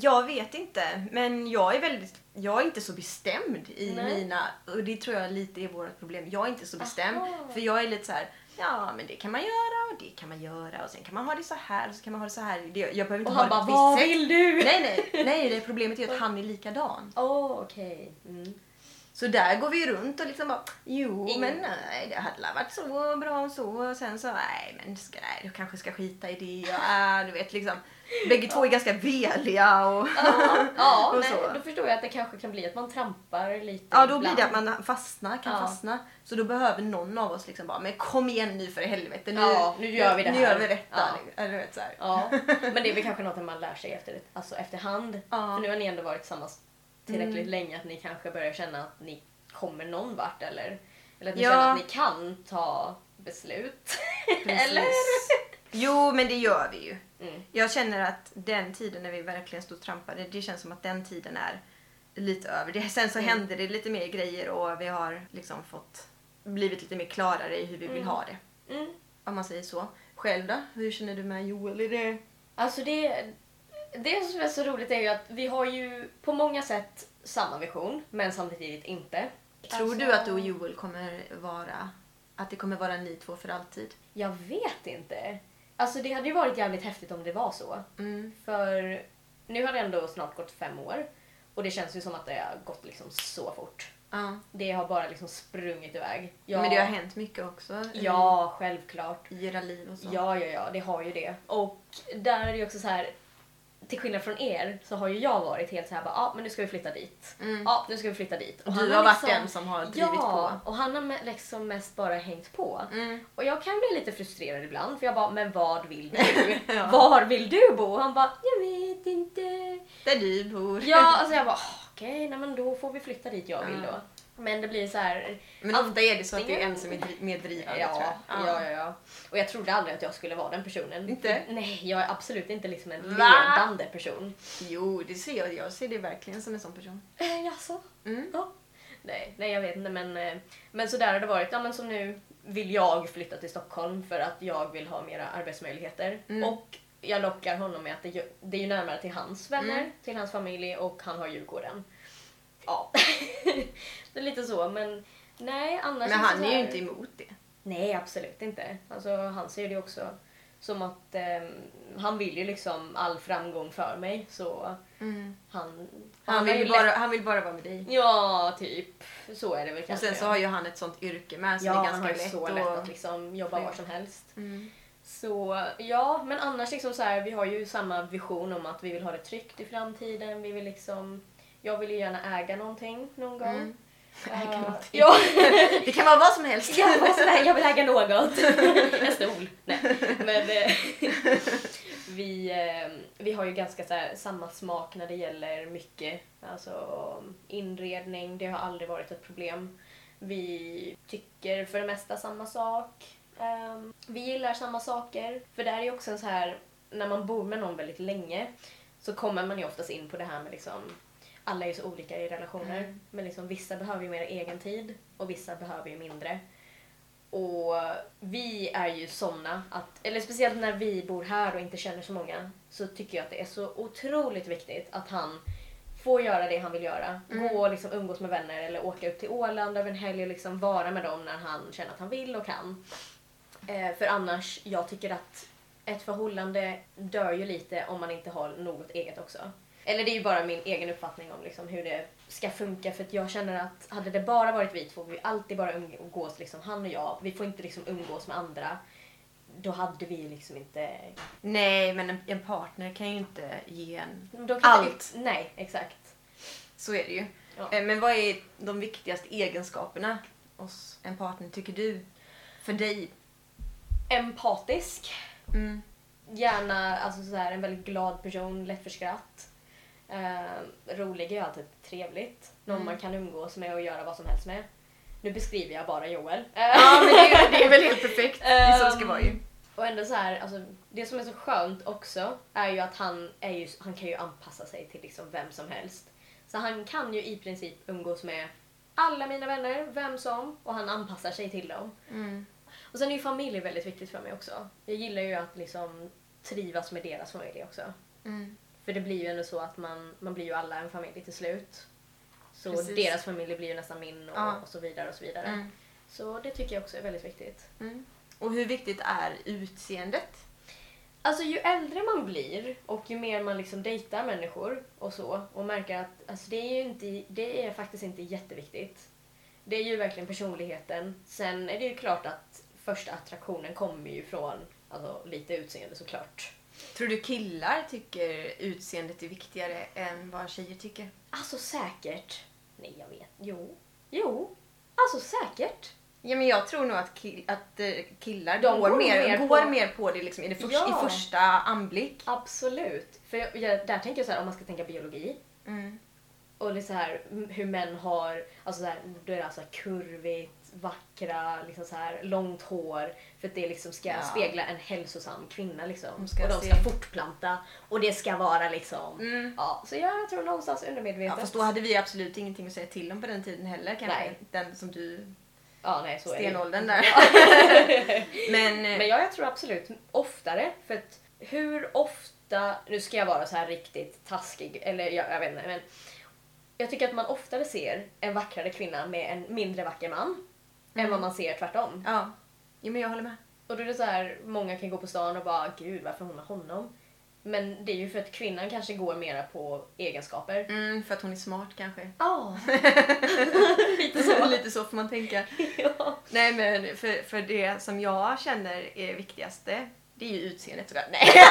Speaker 1: Jag vet inte, men jag är väldigt... Jag är inte så bestämd i
Speaker 2: Nej.
Speaker 1: mina... Och det tror jag lite är vårt problem. Jag är inte så bestämd.
Speaker 2: Aha.
Speaker 1: För jag är lite så här... Ja, men det kan man göra och det kan man göra och sen kan man ha det så här och så kan man ha det så här. Det- Jag behöver inte
Speaker 2: Och
Speaker 1: ha det
Speaker 2: han
Speaker 1: på
Speaker 2: bara,
Speaker 1: ett
Speaker 2: vad
Speaker 1: visst sätt."
Speaker 2: vill du?
Speaker 1: Nej, nej, nej. Det problemet är ju att han är likadan.
Speaker 2: Åh, okej. Mm.
Speaker 1: Så där går vi ju runt och liksom bara, jo
Speaker 2: Ingen-
Speaker 1: men nej, det hade varit så bra och så och sen så, nej men ska, nej, jag kanske ska skita i det och äh, du vet liksom. Bägge två är ganska veliga och
Speaker 2: Ja, ja
Speaker 1: Och
Speaker 2: nej,
Speaker 1: så.
Speaker 2: då förstår jag att det kanske kan bli att man trampar lite
Speaker 1: ja då blir
Speaker 2: ibland.
Speaker 1: det att man fastnar, kan
Speaker 2: Ja.
Speaker 1: fastna. Så då behöver någon av oss liksom bara, men kom igen nu för helvete. Nu,
Speaker 2: Ja, nu gör vi det
Speaker 1: Nu
Speaker 2: här.
Speaker 1: gör vi detta.
Speaker 2: Ja.
Speaker 1: liksom. Eller du vet så här.
Speaker 2: Ja, men det är väl kanske något man lär sig efter, alltså efterhand.
Speaker 1: Ja. Mm.
Speaker 2: För nu har ni ändå varit tillsammans tillräckligt länge att ni kanske börjar känna att ni kommer någon vart eller, eller att ni
Speaker 1: Ja.
Speaker 2: känner att ni kan ta beslut. eller?
Speaker 1: Precis. Jo men det gör vi ju.
Speaker 2: Mm.
Speaker 1: Jag känner att den tiden när vi verkligen stod och trampade, det känns som att den tiden är lite över. Det, sen
Speaker 2: Mm.
Speaker 1: så hände det lite mer grejer och vi har liksom fått blivit lite mer klarare i hur vi vill ha det.
Speaker 2: Mm.
Speaker 1: Om man säger så. Själv då? Hur känner du med Joel? Är det...
Speaker 2: Alltså det, det som är så roligt är ju att vi har ju på många sätt samma vision men samtidigt inte.
Speaker 1: Tror
Speaker 2: Alltså-
Speaker 1: du att du och Joel kommer vara... Att det kommer vara ni två för alltid?
Speaker 2: Jag vet inte. Alltså det hade ju varit jävligt häftigt om det var så.
Speaker 1: Mm.
Speaker 2: För nu har det ändå snart gått fem år och det känns ju som att det har gått liksom så fort.
Speaker 1: Ja.
Speaker 2: Det har bara liksom sprungit iväg. Ja,
Speaker 1: Men det har hänt mycket också i-
Speaker 2: Ja, självklart.
Speaker 1: i era liv och så.
Speaker 2: Ja, ja, ja, det har ju det. Och där är det ju också så här. till skillnad från er så har ju jag varit helt så här bara, ja ah, men nu ska vi flytta dit. Ja,
Speaker 1: Mm.
Speaker 2: ah, nu ska vi flytta dit.
Speaker 1: Och
Speaker 2: han
Speaker 1: du har varit
Speaker 2: liksom-
Speaker 1: den som har drivit
Speaker 2: Ja, och han har me- liksom mest bara hängt på.
Speaker 1: Mm.
Speaker 2: Och jag kan bli lite frustrerad ibland för jag bara, men vad vill du?
Speaker 1: Ja.
Speaker 2: Var vill du bo? Och han bara, jag vet inte.
Speaker 1: på. Där du bor.
Speaker 2: Ja, alltså jag bara "Ah, okej, nej men då får vi flytta dit jag vill
Speaker 1: Ja.
Speaker 2: då. Men det blir så här.
Speaker 1: Men ofta är det så att det är
Speaker 2: antingen-
Speaker 1: en som är dri- mer
Speaker 2: Ja,
Speaker 1: drivande tror
Speaker 2: ja,
Speaker 1: jag.
Speaker 2: ja, ja. Och jag trodde aldrig att jag skulle vara den personen.
Speaker 1: Inte?
Speaker 2: Nej, jag är absolut inte liksom en
Speaker 1: Va?
Speaker 2: ledande person.
Speaker 1: Jo, det ser jag. Jag ser det verkligen som en sån person.
Speaker 2: Eh, jaså?
Speaker 1: Mm.
Speaker 2: Ja. Nej, nej, jag vet inte men, eh, men så där har det varit. Ja, men som nu vill jag flytta till Stockholm för att jag vill ha mera arbetsmöjligheter.
Speaker 1: Mm.
Speaker 2: Och jag lockar honom med att det, ju- det är ju närmare till hans vänner,
Speaker 1: Mm.
Speaker 2: till hans familj och han har Djurgården. Ja, det är lite så men Nej, annars
Speaker 1: Men
Speaker 2: så
Speaker 1: han är
Speaker 2: här-
Speaker 1: ju inte emot det.
Speaker 2: Nej, absolut inte. Alltså, han ser det också som att ehm, han vill ju liksom all framgång för mig. Så Mm. han,
Speaker 1: Han,
Speaker 2: har
Speaker 1: vill
Speaker 2: ju
Speaker 1: ju bara,
Speaker 2: lätt-
Speaker 1: han vill bara vara med dig.
Speaker 2: Ja, typ. Så är det väl
Speaker 1: Och
Speaker 2: kanske.
Speaker 1: sen så har ju han ett sånt yrke med så
Speaker 2: ja,
Speaker 1: det är
Speaker 2: han
Speaker 1: ganska
Speaker 2: har ju
Speaker 1: lätt,
Speaker 2: så
Speaker 1: att-
Speaker 2: lätt att liksom jobba var som helst.
Speaker 1: Mm.
Speaker 2: Så ja, men annars liksom så här, vi har ju samma vision om att vi vill ha det tryggt i framtiden. Vi vill liksom, jag vill ju gärna äga någonting någon gång.
Speaker 1: Mm.
Speaker 2: Eh,
Speaker 1: Äga någonting.
Speaker 2: Ja,
Speaker 1: Det kan vara vad som helst.
Speaker 2: jag, var sådär, jag vill äga något. En stol. Nej. Men eh, vi, eh, vi har ju ganska så här, samma smak när det gäller mycket. Alltså inredning, det har aldrig varit ett problem. Vi tycker för det mesta samma sak. Ehm, vi gillar samma saker. För där är ju också en så här, när man bor med någon väldigt länge så kommer man ju oftast in på det här med liksom alla är ju så olika i relationer. Men liksom, vissa behöver ju mer egen tid och vissa behöver ju mindre. Och vi är ju såna att, eller speciellt när vi bor här och inte känner så många, så tycker jag att det är så otroligt viktigt att han får göra det han vill göra. Gå och liksom umgås med vänner eller åka upp till Åland över en helg och liksom vara med dem när han känner att han vill och kan. Eh, för annars, jag tycker att ett förhållande dör ju lite om man inte har något eget också. Eller det är ju bara min egen uppfattning om liksom hur det ska funka för att jag känner att hade det bara varit vi två, vi alltid bara umgås liksom han och jag, vi får inte liksom umgås med andra. Då hade vi ju liksom inte...
Speaker 1: Nej, men en, en partner kan ju inte ge en...
Speaker 2: då kan
Speaker 1: Allt.
Speaker 2: Inte, nej, exakt.
Speaker 1: Så är det ju.
Speaker 2: Ja.
Speaker 1: Eh, Men vad är de viktigaste egenskaperna hos en partner, tycker du? För dig?
Speaker 2: Empatisk.
Speaker 1: Mm.
Speaker 2: Gärna alltså så här, en väldigt glad person, lätt för skratt. Eh, rolig är ju alltid trevligt. Någon
Speaker 1: Mm.
Speaker 2: man kan umgås med och göra vad som helst med. Nu beskriver jag bara Joel. Eh,
Speaker 1: Ja, men det, är- det är väl helt perfekt. Det är så det ska
Speaker 2: Ehm,
Speaker 1: vara ju.
Speaker 2: Och ändå så här, alltså, det som är så skönt också är ju att han, är ju, han kan ju anpassa sig till liksom vem som helst. Så han kan ju i princip umgås med alla mina vänner, vem som, och han anpassar sig till dem.
Speaker 1: Mm.
Speaker 2: Och sen är ju familj väldigt viktigt för mig också. Jag gillar ju att liksom trivas med deras familj också.
Speaker 1: Mm,
Speaker 2: För det blir ju ändå så att man, man blir ju alla en familj till slut. Så
Speaker 1: Precis.
Speaker 2: deras familj blir ju nästan min och,
Speaker 1: Ja.
Speaker 2: och så vidare och så vidare.
Speaker 1: Mm.
Speaker 2: Så det tycker jag också är väldigt viktigt.
Speaker 1: Och hur viktigt är utseendet?
Speaker 2: Alltså ju äldre man blir och ju mer man liksom dejtar människor och så och märker att alltså, det, är ju inte, det är faktiskt inte jätteviktigt. Det är ju verkligen personligheten. Sen är det ju klart att första attraktionen kommer ju från alltså, lite utseende såklart.
Speaker 1: Tror du killar tycker utseendet är viktigare än vad tjejer tycker?
Speaker 2: Alltså säkert. Nej jag vet. Jo. Jo. Alltså säkert.
Speaker 1: Ja, men jag tror nog att, kill, att eh, killar
Speaker 2: De
Speaker 1: går,
Speaker 2: går
Speaker 1: mer,
Speaker 2: mer
Speaker 1: går
Speaker 2: på-
Speaker 1: mer på det liksom, i, det förs-
Speaker 2: Ja.
Speaker 1: i första anblick.
Speaker 2: Absolut. För jag, jag, där tänker jag så här om man ska tänka biologi.
Speaker 1: Mm.
Speaker 2: Och det är så här, m- hur män har, alltså så här, då är det alltså kurvigt, vackra, liksom så här, långt hår. För att det liksom ska
Speaker 1: Ja.
Speaker 2: spegla en hälsosam kvinna. Liksom.
Speaker 1: De ska
Speaker 2: och de
Speaker 1: se-
Speaker 2: ska fortplanta och det ska vara liksom...
Speaker 1: Mm.
Speaker 2: Ja, så jag tror någonstans
Speaker 1: Ja,
Speaker 2: undermedvetet.
Speaker 1: fast då hade vi absolut ingenting att säga till om på den tiden heller kanske.
Speaker 2: Nej.
Speaker 1: Den som du,
Speaker 2: ja, nej, så är det ju.
Speaker 1: stenåldern där. men, eh,
Speaker 2: Men ja, jag tror absolut oftare. För att hur ofta, nu ska jag vara så här riktigt taskig, eller jag, jag vet inte. Men jag tycker att man oftare ser en vackrare kvinna med en mindre vacker man. Än vad man ser tvärtom.
Speaker 1: ja. Jo, men jag håller med.
Speaker 2: Och då är det så här, många kan gå på stan och bara gud varför hon med honom? Men det är ju för att kvinnan kanske går mera på egenskaper.
Speaker 1: Mm, för att hon är smart kanske.
Speaker 2: Ja,
Speaker 1: Lite så, lite så får man tänka.
Speaker 2: ja.
Speaker 1: Nej men för, för det som jag känner är viktigaste, det är ju utseendet såklart. Nej.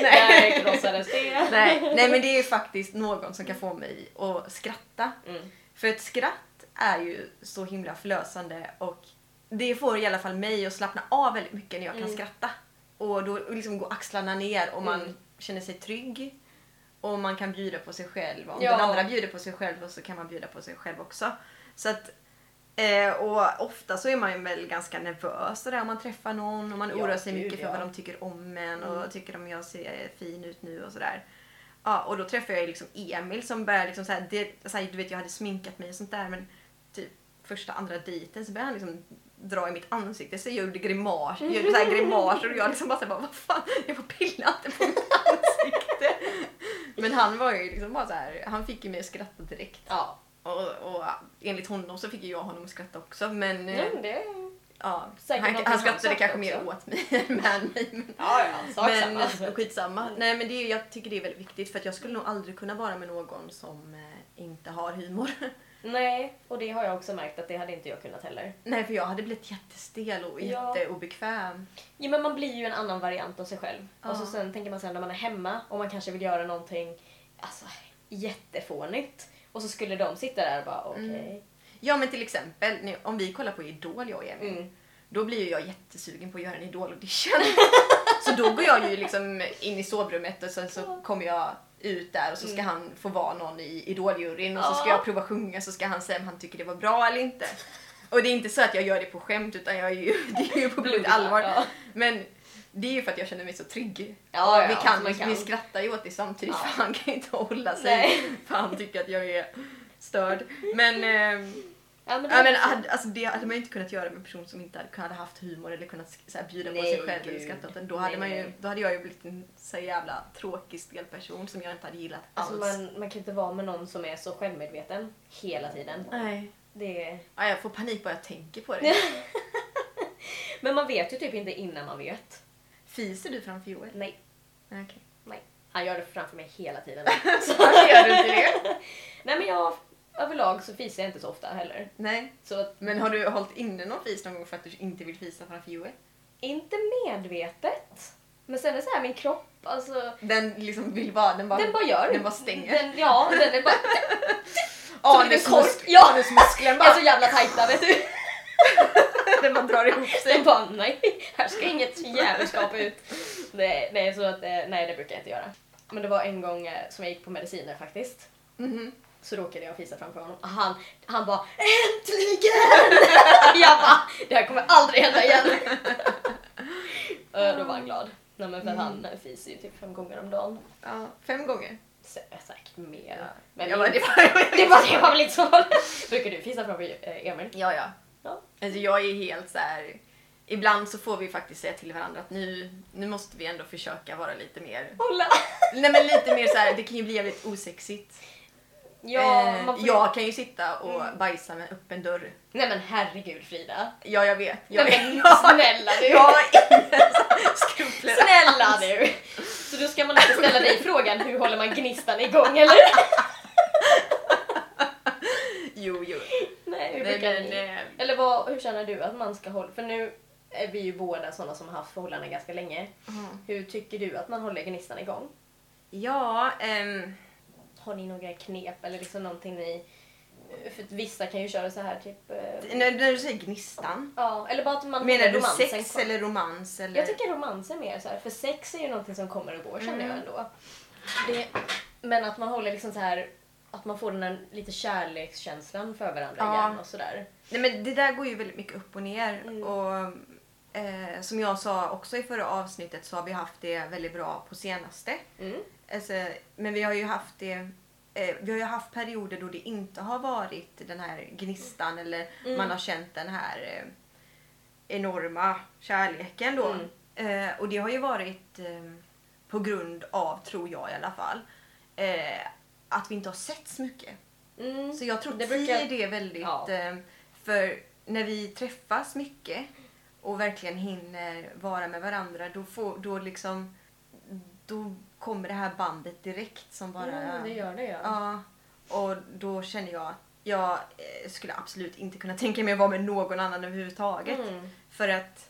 Speaker 2: Där krossades det.
Speaker 1: Nej, nej men det är faktiskt någon som kan få mig att skratta.
Speaker 2: Mm.
Speaker 1: För ett skratt är ju så himla förlösande och det får i alla fall mig att slappna av väldigt mycket när jag kan
Speaker 2: Mm.
Speaker 1: skratta. Och då liksom går axlarna ner och man
Speaker 2: Mm.
Speaker 1: känner sig trygg. Och man kan bjuda på sig själv. Om
Speaker 2: Ja.
Speaker 1: den andra bjuder på sig själv så kan man bjuda på sig själv också. Så att, eh, och ofta så är man väl ganska nervös sådär, om man träffar någon och man
Speaker 2: Ja,
Speaker 1: oroar sig
Speaker 2: gud,
Speaker 1: mycket för
Speaker 2: ja. Mm.
Speaker 1: vad de tycker om en och tycker om jag ser fin ut nu och sådär. Ja, och då träffade jag ju liksom Emil som började liksom såhär, det, såhär, du vet jag hade sminkat mig och sånt där men typ första andra dejten så började han liksom dra i mitt ansikte så jag gjorde grimaser, jag gjorde såhär grimaser och jag liksom bara såhär, vad fan, jag får pilla inte på mitt ansikte. Men han var ju liksom bara såhär, han fick ju mig att skratta direkt.
Speaker 2: Ja,
Speaker 1: Och Och, och enligt honom så fick ju jag honom att skratta också men eh,
Speaker 2: Nej, men det...
Speaker 1: ja,
Speaker 2: Mm. säkert
Speaker 1: han,
Speaker 2: någonting
Speaker 1: han
Speaker 2: han
Speaker 1: skrattade
Speaker 2: sagt
Speaker 1: kanske mer åt mig än med mig. Men,
Speaker 2: Ja, ja, sak
Speaker 1: men
Speaker 2: samma.
Speaker 1: skitsamma. Nej men det är, ju- jag tycker det är väldigt viktigt för att jag skulle nog aldrig kunna vara med någon som eh, inte har humor.
Speaker 2: Nej, och det har jag också märkt att det hade inte jag kunnat heller.
Speaker 1: Nej för jag hade blivit jättestel och
Speaker 2: Ja.
Speaker 1: jätteobekväm.
Speaker 2: Ja, men man blir ju en annan variant av sig själv.
Speaker 1: Ja.
Speaker 2: Och så sen tänker man sen när man är hemma och man kanske vill göra någonting alltså, jättefånigt. Och så skulle de sitta där och bara okej.
Speaker 1: Ja men till exempel nu, om vi kollar på Idol jag och Emil.
Speaker 2: Mm.
Speaker 1: Då blir ju jag jättesugen på att göra en Idol-audition. så då går jag ju liksom in i sovrummet och sen så kommer jag ut där och så ska han få vara någon i Idol-juryn och så ska
Speaker 2: Mm. Ja.
Speaker 1: jag prova sjunga så ska han säga om han tycker det var bra eller inte. Och det är inte så att jag gör det på skämt utan jag är ju, det är ju på blodigt
Speaker 2: Blodigt,
Speaker 1: allvar.
Speaker 2: ja.
Speaker 1: Men det är ju för att jag känner mig så trygg.
Speaker 2: Ja, ja,
Speaker 1: vi, kan,
Speaker 2: så man kan.
Speaker 1: vi skrattar ju åt det samtidigt
Speaker 2: Ja.
Speaker 1: för han kan inte hålla sig.
Speaker 2: Nej.
Speaker 1: För han tycker att jag är störd. Men ehm,
Speaker 2: Ja, men det
Speaker 1: Ja,
Speaker 2: är
Speaker 1: men,
Speaker 2: också-
Speaker 1: hade- alltså, det hade man ju inte kunnat göra med en person som inte hade, hade haft humor eller kunnat sk- så här, bjuda på
Speaker 2: Nej,
Speaker 1: sig själv eller
Speaker 2: gud.
Speaker 1: skratta åt den. Då hade,
Speaker 2: Nej,
Speaker 1: man ju,
Speaker 2: nej.
Speaker 1: då hade jag ju blivit en så jävla tråkig stel person som jag inte hade gillat alls.
Speaker 2: alltså, man, man kan inte vara med någon som är så självmedveten hela tiden.
Speaker 1: Nej.
Speaker 2: Det är...
Speaker 1: Ja, jag får panik bara jag tänker på det.
Speaker 2: Men man vet ju typ inte innan man vet.
Speaker 1: Fiser du framför Joel?
Speaker 2: Nej,
Speaker 1: Nej, okej.
Speaker 2: nej. Han gör det framför mig hela tiden.
Speaker 1: Så varför gör du inte det?
Speaker 2: nej men jag, överlag så fiser jag inte så ofta heller.
Speaker 1: Nej.
Speaker 2: Så att,
Speaker 1: Men har du hållit inne någon fis någon gång för att du inte vill fisa framför Joel?
Speaker 2: inte medvetet. Men sen är det så här min kropp, alltså.
Speaker 1: Den liksom vill bara... Den bara,
Speaker 2: Den bara gör det.
Speaker 1: Den bara stänger.
Speaker 2: Den, ja, den är bara... som en
Speaker 1: Anusmusk-
Speaker 2: kork. Alltså, Ja.
Speaker 1: Anusmusklerna
Speaker 2: Jag är så
Speaker 1: bara...
Speaker 2: jävla tajta vet du.
Speaker 1: Den bara drar ihop sig.
Speaker 2: Den bara nej, här ska inget jävelskap ut. Nej, nej, så att, eh, nej det brukar jag inte göra. Men det var en gång eh, som jag gick på mediciner faktiskt.
Speaker 1: Mhm.
Speaker 2: Så råkade jag fisa framför honom och han, han bara ÄNTLIGEN! jag bara det här kommer aldrig hända igen. Eh, Då var han glad. Nej men för han
Speaker 1: Mm.
Speaker 2: fiser ju typ fem gånger om dagen.
Speaker 1: Ja, fem gånger.
Speaker 2: Sä- Säkert mer.
Speaker 1: Ja.
Speaker 2: Men
Speaker 1: jag bara, det var,
Speaker 2: det liksom var, det var väl inte så farligt. Brukar du fisa framför eh, Emil?
Speaker 1: Ja, ja.
Speaker 2: Ja.
Speaker 1: Alltså jag är helt så här. Ibland så får vi faktiskt säga till varandra att nu, nu måste vi ändå försöka vara lite mer...
Speaker 2: Kolla!
Speaker 1: Nej men lite mer så här, det kan ju bli jävligt osexigt.
Speaker 2: Ja,
Speaker 1: Eh,
Speaker 2: man får... Mm.
Speaker 1: Jag kan ju sitta och bajsa med öppen dörr.
Speaker 2: Nej men herregud Frida.
Speaker 1: Ja, jag vet. Jag,
Speaker 2: Nej, men
Speaker 1: jag,
Speaker 2: snälla du.
Speaker 1: Jag har inga skrupler.
Speaker 2: Snälla nu! Så då ska man inte ställa dig frågan hur håller man gnistan igång eller?
Speaker 1: Jo, jo.
Speaker 2: Nej, hur
Speaker 1: Nej,
Speaker 2: brukar
Speaker 1: men,
Speaker 2: ni?
Speaker 1: eh,
Speaker 2: Eller vad, hur känner du att man ska hålla? För nu är vi ju båda sådana som har haft förhållanden ganska länge.
Speaker 1: Mm.
Speaker 2: Hur tycker du att man håller gnistan igång?
Speaker 1: Ja, ehm,
Speaker 2: Har ni några knep eller liksom någonting ni... För att vissa kan ju köra så här typ... eh,
Speaker 1: när, när du säger gnistan.
Speaker 2: Ja, eller bara att man
Speaker 1: Menar
Speaker 2: håller
Speaker 1: du
Speaker 2: romansen
Speaker 1: sex
Speaker 2: kvar.
Speaker 1: eller romans? Eller?
Speaker 2: Jag tycker romans är mer så här, för sex är ju någonting som kommer och går känner
Speaker 1: Mm.
Speaker 2: jag ändå. Det, men att man håller liksom så här att man får den här lite kärlekskänslan för varandra
Speaker 1: Ja.
Speaker 2: igen och sådär.
Speaker 1: Nej, men det där går ju väldigt mycket upp och ner.
Speaker 2: Mm.
Speaker 1: Och, eh, som jag sa också i förra avsnittet så har vi haft det väldigt bra på senaste.
Speaker 2: Mm.
Speaker 1: Alltså, men vi har ju haft det eh, vi har ju haft perioder då det inte har varit den här gnistan eller
Speaker 2: Mm.
Speaker 1: man har känt den här eh, enorma kärleken då.
Speaker 2: Mm.
Speaker 1: Eh, och det har ju varit eh, på grund av, tror jag i alla fall, eh, att vi inte har sett så mycket.
Speaker 2: Mm.
Speaker 1: Så jag tror
Speaker 2: Det
Speaker 1: tid
Speaker 2: brukar-
Speaker 1: är det väldigt...
Speaker 2: Ja.
Speaker 1: eh, För när vi träffas mycket och verkligen hinner vara med varandra då, får, då, liksom, då kommer det här bandet direkt som bara...
Speaker 2: Mm, det gör det ja.
Speaker 1: Ja. Och då känner jag att jag eh, skulle absolut inte kunna tänka mig att vara med någon annan överhuvudtaget.
Speaker 2: Mm.
Speaker 1: För att...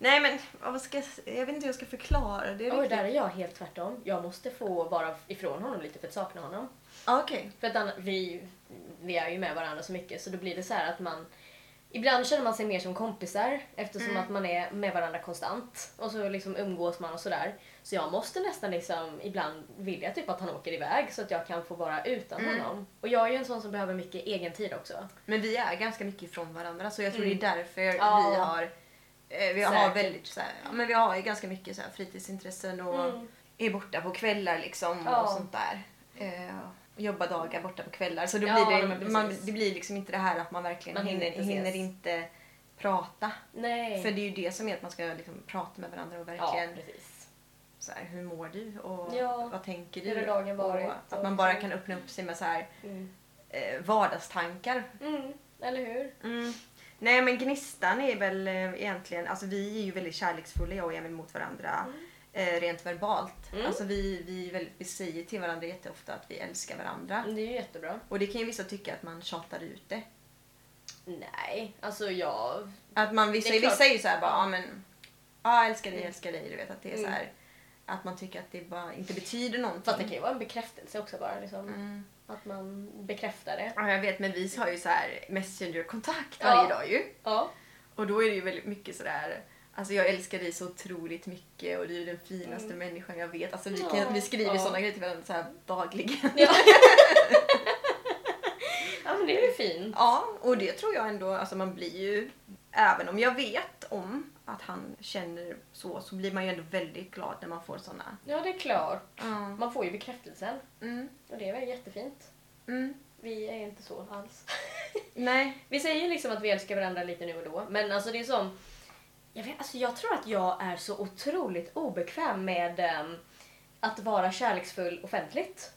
Speaker 1: Nej men vad ska jag, s- jag vet inte hur jag ska förklara det
Speaker 2: Oj, där är jag helt tvärtom. Jag måste få vara ifrån honom lite för att sakna honom.
Speaker 1: Ja, Okej.
Speaker 2: För att han, vi, vi är ju med varandra så mycket så då blir det så här att man Ibland känner man sig mer som kompisar eftersom
Speaker 1: Mm.
Speaker 2: att man är med varandra konstant och så liksom umgås man och sådär. Så jag måste nästan liksom ibland vilja typ att han åker iväg så att jag kan få vara utan
Speaker 1: Mm.
Speaker 2: honom. Och jag är ju en sån som behöver mycket egen tid också.
Speaker 1: Men vi är ganska mycket ifrån varandra så jag tror
Speaker 2: Mm.
Speaker 1: det är därför
Speaker 2: Ja.
Speaker 1: vi har eh, vi har
Speaker 2: Säkert.
Speaker 1: väldigt så här, ja, men vi har ju ganska mycket så här, fritidsintressen och
Speaker 2: Mm.
Speaker 1: är borta på kvällar liksom
Speaker 2: Ja.
Speaker 1: och sånt där. Eh, och jobbar dagar borta på kvällar så då
Speaker 2: Ja,
Speaker 1: blir
Speaker 2: men
Speaker 1: det,
Speaker 2: precis.
Speaker 1: man, det blir liksom inte det här att man verkligen
Speaker 2: Man hinner
Speaker 1: hinner,
Speaker 2: inte
Speaker 1: hinner,
Speaker 2: ses.
Speaker 1: inte prata.
Speaker 2: Nej.
Speaker 1: För det är ju det som är att man ska liksom prata med varandra och
Speaker 2: ja,
Speaker 1: verkligen
Speaker 2: precis.
Speaker 1: så här, hur mår du och
Speaker 2: Ja.
Speaker 1: vad tänker
Speaker 2: Hur
Speaker 1: du?
Speaker 2: har dagen varit?
Speaker 1: och att man bara kan öppna upp sig med så här
Speaker 2: Mm.
Speaker 1: eh, vardagstankar.
Speaker 2: Mm, eller hur?
Speaker 1: Mm. Nej men gnistan är väl eh, egentligen, alltså vi är ju väldigt kärleksfulla jag och Emil mot varandra eh, rent verbalt.
Speaker 2: Mm.
Speaker 1: Alltså vi, vi, är väldigt, vi säger till varandra jätteofta att vi älskar varandra.
Speaker 2: Det är ju jättebra.
Speaker 1: Och det kan ju vissa tycka att man tjatar ut det.
Speaker 2: Nej, alltså jag...
Speaker 1: Att man, vissa,
Speaker 2: Det är klart.
Speaker 1: vissa är ju såhär bara, ja men, ja jag älskar dig, jag älskar dig. Du vet att det är
Speaker 2: Mm.
Speaker 1: så här, att man tycker att det bara inte betyder någonting.
Speaker 2: Fast det kan ju vara en bekräftelse också bara. Liksom,
Speaker 1: Mm.
Speaker 2: Att man bekräftar det.
Speaker 1: Ja, jag vet men vi har ju så här messengerkontakt
Speaker 2: Ja.
Speaker 1: varje dag ju.
Speaker 2: Ja.
Speaker 1: Och då är det ju väldigt mycket sådär, alltså jag älskar dig så otroligt mycket och du är den finaste
Speaker 2: Mm.
Speaker 1: människan jag vet. Alltså vi,
Speaker 2: Ja.
Speaker 1: kan, vi skriver ju
Speaker 2: Ja.
Speaker 1: sådana grejer till varandra så här dagligen.
Speaker 2: Ja. ja men det är ju fint.
Speaker 1: Ja, och det tror jag ändå, alltså man blir ju, även om jag vet om att han känner så, så blir man ju ändå väldigt glad när man får sådana.
Speaker 2: Ja det är klart.
Speaker 1: Mm.
Speaker 2: Man får ju bekräftelsen.
Speaker 1: Mm.
Speaker 2: Och det är väl jättefint.
Speaker 1: Mm.
Speaker 2: Vi är inte så alls.
Speaker 1: Nej.
Speaker 2: vi säger ju liksom att vi älskar varandra lite nu och då. Men alltså det är som... Jag, vet, alltså jag tror att jag är så otroligt obekväm med ehm, att vara kärleksfull offentligt.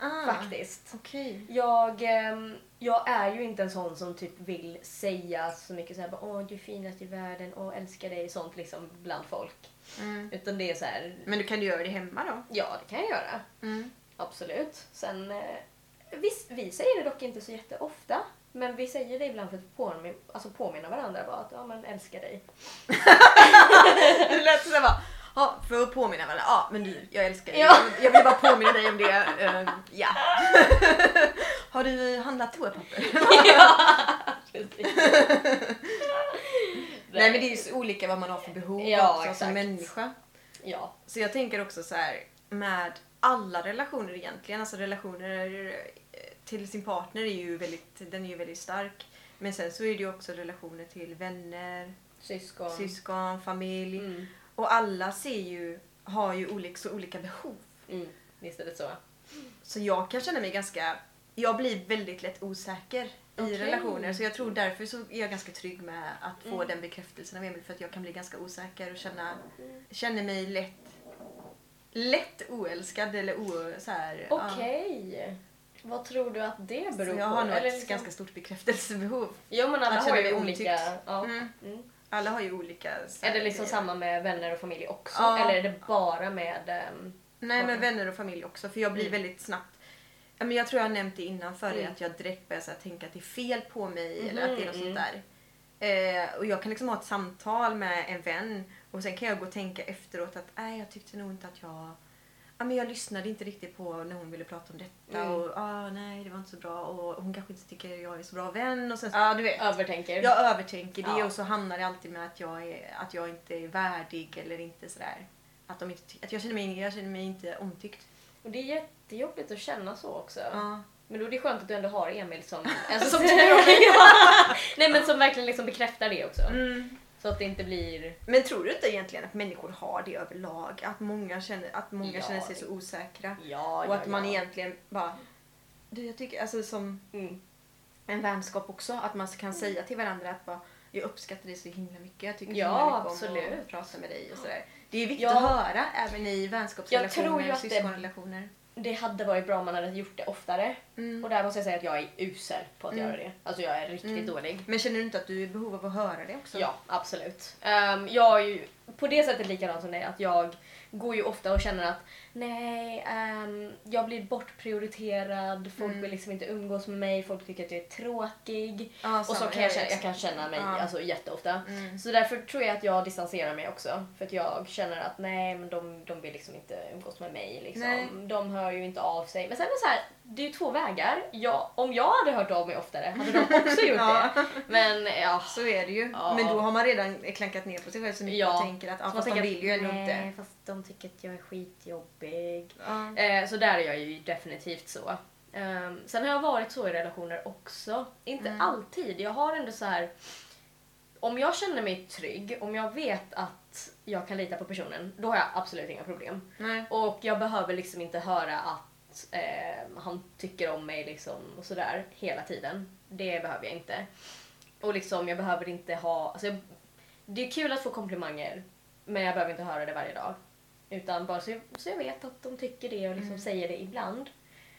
Speaker 1: Ah.
Speaker 2: Faktiskt.
Speaker 1: Okej.
Speaker 2: Jag, ehm, jag är ju inte en sån som typ vill säga så mycket såhär bara, åh du är finast i världen, åh älskar dig, sånt liksom bland folk.
Speaker 1: Mm.
Speaker 2: Utan det är så här,
Speaker 1: Men du kan du göra det hemma då?
Speaker 2: ja det kan jag göra,
Speaker 1: Mm.
Speaker 2: absolut. Sen, eh, visst, vi säger det dock inte så jätteofta, men vi säger det ibland för att påminna, alltså påminna varandra bara att, ja men älskar dig.
Speaker 1: Det lät sådär bara, ja, för att påminna varandra, ja men du, jag älskar dig.
Speaker 2: Ja.
Speaker 1: Jag vill bara påminna dig om det. eh, ja. Har du handlat toapapper? Nej men det är ju så olika vad man har för behov
Speaker 2: Ja,
Speaker 1: också,
Speaker 2: exakt.
Speaker 1: som människa.
Speaker 2: Ja,
Speaker 1: Så jag tänker också så här med alla relationer egentligen, alltså relationer eh, till sin partner är ju väldigt, den är ju väldigt stark. Men sen så är det ju också relationer till vänner,
Speaker 2: syskon.
Speaker 1: syskon, familj.
Speaker 2: Mm.
Speaker 1: Och alla ser ju, har ju olika, så olika behov.
Speaker 2: Mm. Visst är det så.
Speaker 1: Så jag kan känna mig ganska... Jag blir väldigt lätt osäker i
Speaker 2: Okej.
Speaker 1: relationer. Så jag tror därför så är jag ganska trygg med att få
Speaker 2: Mm.
Speaker 1: den bekräftelsen av Emil. För att jag kan bli ganska osäker och känna,
Speaker 2: Mm.
Speaker 1: känner mig lätt lätt oälskad eller o... Så här, ja.
Speaker 2: Okej. Vad tror du att det beror
Speaker 1: Så jag
Speaker 2: på?
Speaker 1: har nog ett
Speaker 2: Eller liksom-
Speaker 1: ganska stort bekräftelsebehov.
Speaker 2: Jo men alla
Speaker 1: Att känna
Speaker 2: har ju
Speaker 1: mig
Speaker 2: olika...
Speaker 1: omtyckt.
Speaker 2: Ja.
Speaker 1: Mm.
Speaker 2: Mm.
Speaker 1: Alla har ju olika... så
Speaker 2: Är det
Speaker 1: här
Speaker 2: liksom
Speaker 1: grejer.
Speaker 2: samma med vänner och familj också?
Speaker 1: Ja.
Speaker 2: Eller är det bara med... ehm,
Speaker 1: Nej men
Speaker 2: Okej.
Speaker 1: vänner och familj också för jag blir
Speaker 2: Mm.
Speaker 1: väldigt snabbt Ja, men jag tror jag har nämnt det innan för dig
Speaker 2: Mm.
Speaker 1: att jag direkt börjar så här, tänka att det är fel på mig eller att det är något
Speaker 2: Mhm,
Speaker 1: sånt där. Eh, och jag kan liksom ha ett samtal med en vän och sen kan jag gå och tänka efteråt att nej jag tyckte nog inte att jag Ja, men jag lyssnade inte riktigt på när hon ville prata om detta
Speaker 2: Mm.
Speaker 1: och ah, nej det var inte så bra och hon kanske inte tycker jag är så bra vän och sen Ja du vet.
Speaker 2: Övertänker?
Speaker 1: Jag övertänker det
Speaker 2: Ja.
Speaker 1: och så hamnar det alltid med att jag, är, att jag inte är värdig eller inte sådär. Att, de inte, ty- att jag, känner mig, jag känner mig inte omtyckt.
Speaker 2: Och det är jättejobbigt att känna så också.
Speaker 1: Ja.
Speaker 2: Men då är det skönt att du ändå har Emil som... alltså,
Speaker 1: Som
Speaker 2: som
Speaker 1: tror.
Speaker 2: Nej men som verkligen liksom bekräftar det också.
Speaker 1: Mm.
Speaker 2: Så att det inte blir...
Speaker 1: Men tror du inte egentligen att människor har det överlag? Att många känner, att många
Speaker 2: Ja,
Speaker 1: känner sig
Speaker 2: det-
Speaker 1: så osäkra?
Speaker 2: Ja,
Speaker 1: och att man egentligen bara... Du, jag tycker, alltså som
Speaker 2: Mm.
Speaker 1: en vänskap också, att man kan säga till varandra att bara, jag uppskattar dig så himla mycket, jag tycker
Speaker 2: Ja,
Speaker 1: så himla mycket om
Speaker 2: absolut.
Speaker 1: att prata med dig och sådär. Det är viktigt
Speaker 2: Ja.
Speaker 1: att höra även i vänskapsrelationer,
Speaker 2: Jag tror ju att det-
Speaker 1: syskonrelationer.
Speaker 2: Det hade varit bra om man hade gjort det oftare.
Speaker 1: Mm.
Speaker 2: Och där måste jag säga att jag är usel på att
Speaker 1: Mm.
Speaker 2: göra det. Alltså jag är riktigt
Speaker 1: Mm.
Speaker 2: dålig.
Speaker 1: Men känner du inte att du är i behov av att höra det också?
Speaker 2: Ja, absolut. Ehm, jag är ju på det sättet likadan som dig, att jag går ju ofta och känner att nej, ehm, jag blir bortprioriterad, folk
Speaker 1: Mm.
Speaker 2: vill liksom inte umgås med mig, folk tycker att jag är tråkig.
Speaker 1: Ja,
Speaker 2: och så
Speaker 1: samma.
Speaker 2: kan jag, känna, jag kan känna mig
Speaker 1: Alltså, Ja.
Speaker 2: alltså, jätteofta.
Speaker 1: Mm.
Speaker 2: Så därför tror jag att jag distanserar mig också. För att jag känner att nej, men de, de vill liksom inte umgås med mig.
Speaker 1: Nej.
Speaker 2: Liksom. De hör ju inte av sig. Men sen är det så här, det är ju två vägar. Jag, om jag hade hört av mig oftare hade de också gjort
Speaker 1: Ja.
Speaker 2: det. Men ja.
Speaker 1: Så är det ju.
Speaker 2: Ja.
Speaker 1: Men då har man redan klankat ner på sig själv så mycket
Speaker 2: Ja.
Speaker 1: och tänker att ja,
Speaker 2: Så man
Speaker 1: fast de
Speaker 2: tänker att,
Speaker 1: vill ju ändå
Speaker 2: nej,
Speaker 1: inte.
Speaker 2: fast de tycker att jag är skitjobbig.
Speaker 1: Ja.
Speaker 2: Eh, så där är jag ju definitivt så. Eh, sen har jag varit så i relationer också. Inte
Speaker 1: Mm.
Speaker 2: alltid. Jag har ändå så här. Om jag känner mig trygg, om jag vet att jag kan lita på personen, då har jag absolut inga problem.
Speaker 1: Nej.
Speaker 2: Och jag behöver liksom inte höra att eh, han tycker om mig liksom och sådär hela tiden. Det behöver jag inte. Och liksom jag behöver inte ha... Alltså jag, det är kul att få komplimanger men jag behöver inte höra det varje dag. Utan bara så jag, så jag vet att de tycker det och liksom säger det ibland.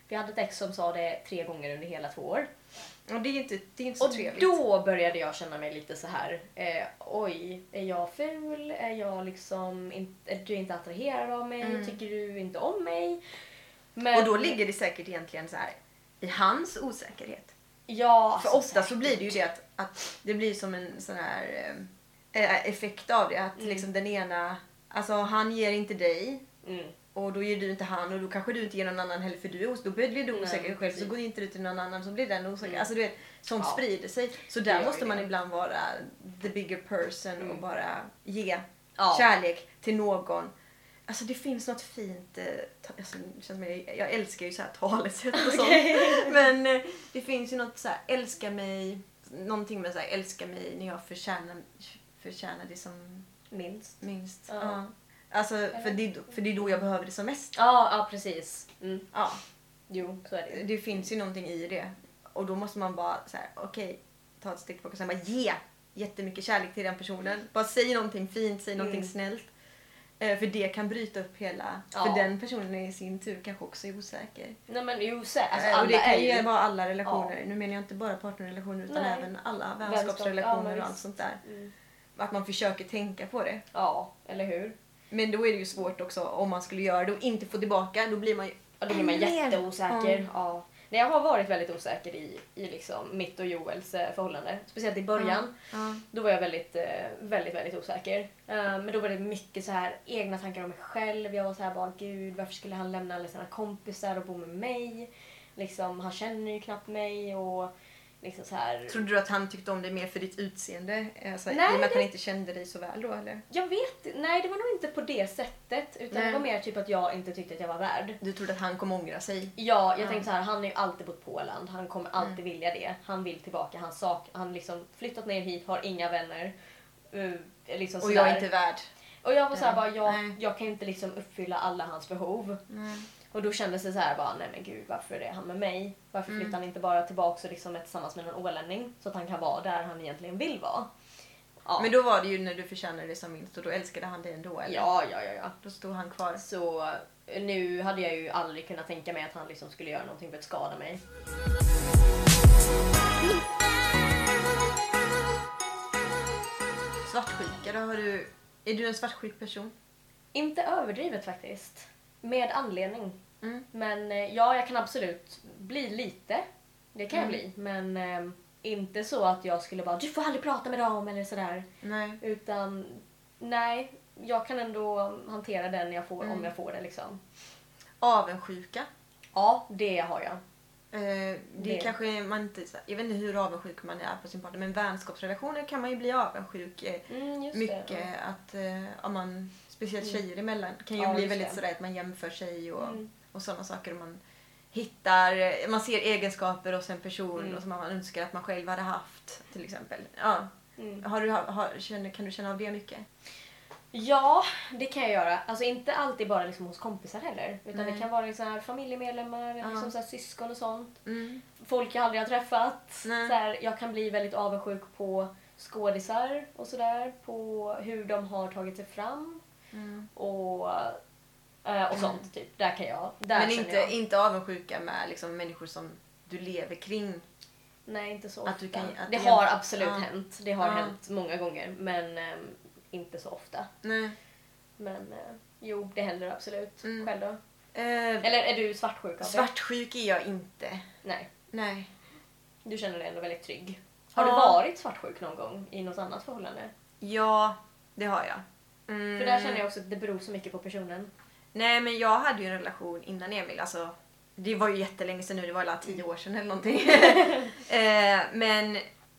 Speaker 2: För jag hade ett ex som sa det tre gånger under hela två år.
Speaker 1: Och det är ju inte, det är inte så
Speaker 2: Och
Speaker 1: trevligt.
Speaker 2: då började jag känna mig lite så här. Eh, oj, är jag ful? Är jag liksom inte, är du inte attraherad av mig?
Speaker 1: Mm.
Speaker 2: Tycker du inte om mig? Men,
Speaker 1: Och då ligger det säkert egentligen så här i hans osäkerhet.
Speaker 2: ja,
Speaker 1: För
Speaker 2: alltså,
Speaker 1: ofta så blir det ju det att, att det blir som en sån här eh, effekt av det. Att
Speaker 2: Mm.
Speaker 1: liksom den ena, alltså han ger inte dig
Speaker 2: Mm.
Speaker 1: och då ger du inte han och då kanske du inte ger någon annan heller för du är os- då blir du
Speaker 2: Nej,
Speaker 1: osäker själv så
Speaker 2: precis.
Speaker 1: går inte du till någon annan så blir den osäker.
Speaker 2: Mm.
Speaker 1: Alltså du vet, sånt
Speaker 2: Ja.
Speaker 1: sprider sig. Så
Speaker 2: Det
Speaker 1: där
Speaker 2: gör
Speaker 1: måste
Speaker 2: det.
Speaker 1: man ibland vara the bigger person och
Speaker 2: Mm.
Speaker 1: bara ge
Speaker 2: Ja.
Speaker 1: kärlek till någon. Alltså det finns något fint, eh, ta- alltså, det känns som jag, jag älskar ju så här talesätt och sånt. Men eh, det finns ju något så här, älska mig, någonting med så här, älska mig när jag förtjänar, förtjänar det som
Speaker 2: Minst.
Speaker 1: minst.
Speaker 2: Ja.
Speaker 1: Ja. Alltså, för det, är då- för det är då jag behöver det som mest.
Speaker 2: Ja, ja precis. Mm.
Speaker 1: Ja,
Speaker 2: Jo, så är det ju.
Speaker 1: det finns ju någonting i det. Och då måste man bara så här, okej, ta ett steg tillbaka och sen bara ge jättemycket kärlek till den personen. Bara säg någonting fint, säg någonting
Speaker 2: Mm.
Speaker 1: snällt. Eh, För det kan bryta upp hela...
Speaker 2: Ja.
Speaker 1: För den personen i sin tur kanske också är osäker.
Speaker 2: Nej men jo, så, alltså,
Speaker 1: Eh, och det
Speaker 2: alla
Speaker 1: kan
Speaker 2: är
Speaker 1: ju
Speaker 2: ju...
Speaker 1: vara alla relationer. Nu menar jag inte bara partnerrelationer utan
Speaker 2: Nej.
Speaker 1: även alla
Speaker 2: ja,
Speaker 1: vänskapsrelationer
Speaker 2: men
Speaker 1: och allt
Speaker 2: visst.
Speaker 1: sånt där.
Speaker 2: Mm.
Speaker 1: Att man försöker tänka på det.
Speaker 2: Ja, eller hur?
Speaker 1: Men då är det ju svårt också om man skulle göra det och inte få tillbaka. Då blir man ju...
Speaker 2: Ja, då blir man
Speaker 1: Ännu mer.
Speaker 2: jätteosäker.
Speaker 1: Mm.
Speaker 2: Ja. Nej, jag har varit väldigt osäker i, i liksom mitt och Joels eh, förhållande. Speciellt i början.
Speaker 1: Ja.
Speaker 2: Då var jag väldigt, eh, väldigt, väldigt osäker. Eh, Men då var det mycket så här egna tankar om mig själv. Jag var så här bara, gud varför skulle han lämna alla sina kompisar och bo med mig? Liksom, han känner ju knappt mig och liksom så här.
Speaker 1: Trodde du att han tyckte om dig mer för ditt utseende? Alltså,
Speaker 2: Nej,
Speaker 1: I och med att han
Speaker 2: det-
Speaker 1: inte kände dig så väl då eller?
Speaker 2: Jag vet nej det var nog inte på det sättet. Utan
Speaker 1: Nej.
Speaker 2: det var mer typ att jag inte tyckte att jag var värd.
Speaker 1: Du trodde att han kommer ångra sig?
Speaker 2: Ja, jag
Speaker 1: Ja. Mm.
Speaker 2: tänkte så här, han har ju alltid bott på Åland. Han kommer alltid vilja det. Han vill tillbaka, han sak, han liksom flyttat ner hit, har inga vänner. Eh, liksom
Speaker 1: Och Alltså, jag är
Speaker 2: sådär.
Speaker 1: inte värd?
Speaker 2: Och jag var såhär
Speaker 1: Ja.
Speaker 2: bara, jag,
Speaker 1: Nej.
Speaker 2: jag kan inte liksom uppfylla alla hans behov.
Speaker 1: Nej.
Speaker 2: Och då kändes det så här bara, nej men gud varför är han med mig? Varför
Speaker 1: Mm.
Speaker 2: flyttar han inte bara tillbaka och liksom är tillsammans med någon ålänning? Så att han kan vara där han egentligen vill vara. Ja,
Speaker 1: Men då var det ju när du förtjänade det som minst och då älskade han dig ändå eller?
Speaker 2: ja, ja, ja, ja.
Speaker 1: Då stod han kvar.
Speaker 2: Så eh, nu hade jag ju aldrig kunnat tänka mig att han liksom skulle göra någonting för att skada mig.
Speaker 1: Svartsjuka, då har du... Är du en svartsjuk person?
Speaker 2: Inte överdrivet faktiskt. Med anledning.
Speaker 1: Mm.
Speaker 2: Men eh, ja, jag kan absolut bli lite. Det kan jag
Speaker 1: Mm.
Speaker 2: bli. Men eh, inte så att jag skulle bara du får aldrig prata med dem eller sådär.
Speaker 1: Nej.
Speaker 2: Utan nej, jag kan ändå hantera den jag får
Speaker 1: Mm.
Speaker 2: om jag får det liksom.
Speaker 1: Avundsjuka?
Speaker 2: Ja, det har jag.
Speaker 1: Eh, det,
Speaker 2: Det.
Speaker 1: kanske man inte... Jag vet inte hur avundsjuk man är på sin partner men vänskapsrelationer kan man ju bli avundsjuk eh,
Speaker 2: Mm, just
Speaker 1: mycket.
Speaker 2: Det. Mm.
Speaker 1: Att, eh, om man, speciellt tjejer emellan kan ju
Speaker 2: Ja,
Speaker 1: bli
Speaker 2: just
Speaker 1: väldigt
Speaker 2: det.
Speaker 1: sådär att man jämför sig och,
Speaker 2: Mm.
Speaker 1: och sådana saker. Och man hittar, eh, man ser egenskaper hos en person
Speaker 2: Mm.
Speaker 1: och som man önskar att man själv hade haft till exempel. Ja.
Speaker 2: Mm.
Speaker 1: Har du, har, känner, kan du känna av det mycket?
Speaker 2: Ja, det kan jag göra. Alltså inte alltid bara liksom hos kompisar heller. Utan det
Speaker 1: Nej.
Speaker 2: kan vara liksom här familjemedlemmar,
Speaker 1: Ja.
Speaker 2: liksom så här syskon och sånt. folk jag aldrig har träffat. Så
Speaker 1: Nej.
Speaker 2: jag kan bli väldigt avundsjuk på skådisar och sådär. På hur de har tagit sig fram
Speaker 1: Mm.
Speaker 2: och, eh, och sånt. Typ. Där kan jag. Där
Speaker 1: Men
Speaker 2: känner
Speaker 1: inte,
Speaker 2: jag.
Speaker 1: inte avundsjuka med liksom, människor som du lever kring.
Speaker 2: Nej, inte så
Speaker 1: Att du
Speaker 2: ofta.
Speaker 1: kan- att Ah.
Speaker 2: det
Speaker 1: du-
Speaker 2: har absolut
Speaker 1: Ja.
Speaker 2: hänt. Det har
Speaker 1: Ja.
Speaker 2: hänt många gånger. Men ehm, inte så ofta.
Speaker 1: Nej.
Speaker 2: Men eh, jo, det händer absolut.
Speaker 1: Mm.
Speaker 2: Själv då?
Speaker 1: Eh,
Speaker 2: Eller är du svartsjuk av det?
Speaker 1: svartsjuk är jag inte.
Speaker 2: Nej.
Speaker 1: Nej.
Speaker 2: Du känner dig ändå väldigt trygg. Har du
Speaker 1: Ja.
Speaker 2: varit svartsjuk någon gång i något annat förhållande?
Speaker 1: Ja, det har jag. Mm.
Speaker 2: För där känner jag också att det beror så mycket på personen.
Speaker 1: Nej men jag hade ju en relation innan Emil. Alltså, det var ju jättelänge sedan nu, det var alla tio år sedan eller någonting. eh, men,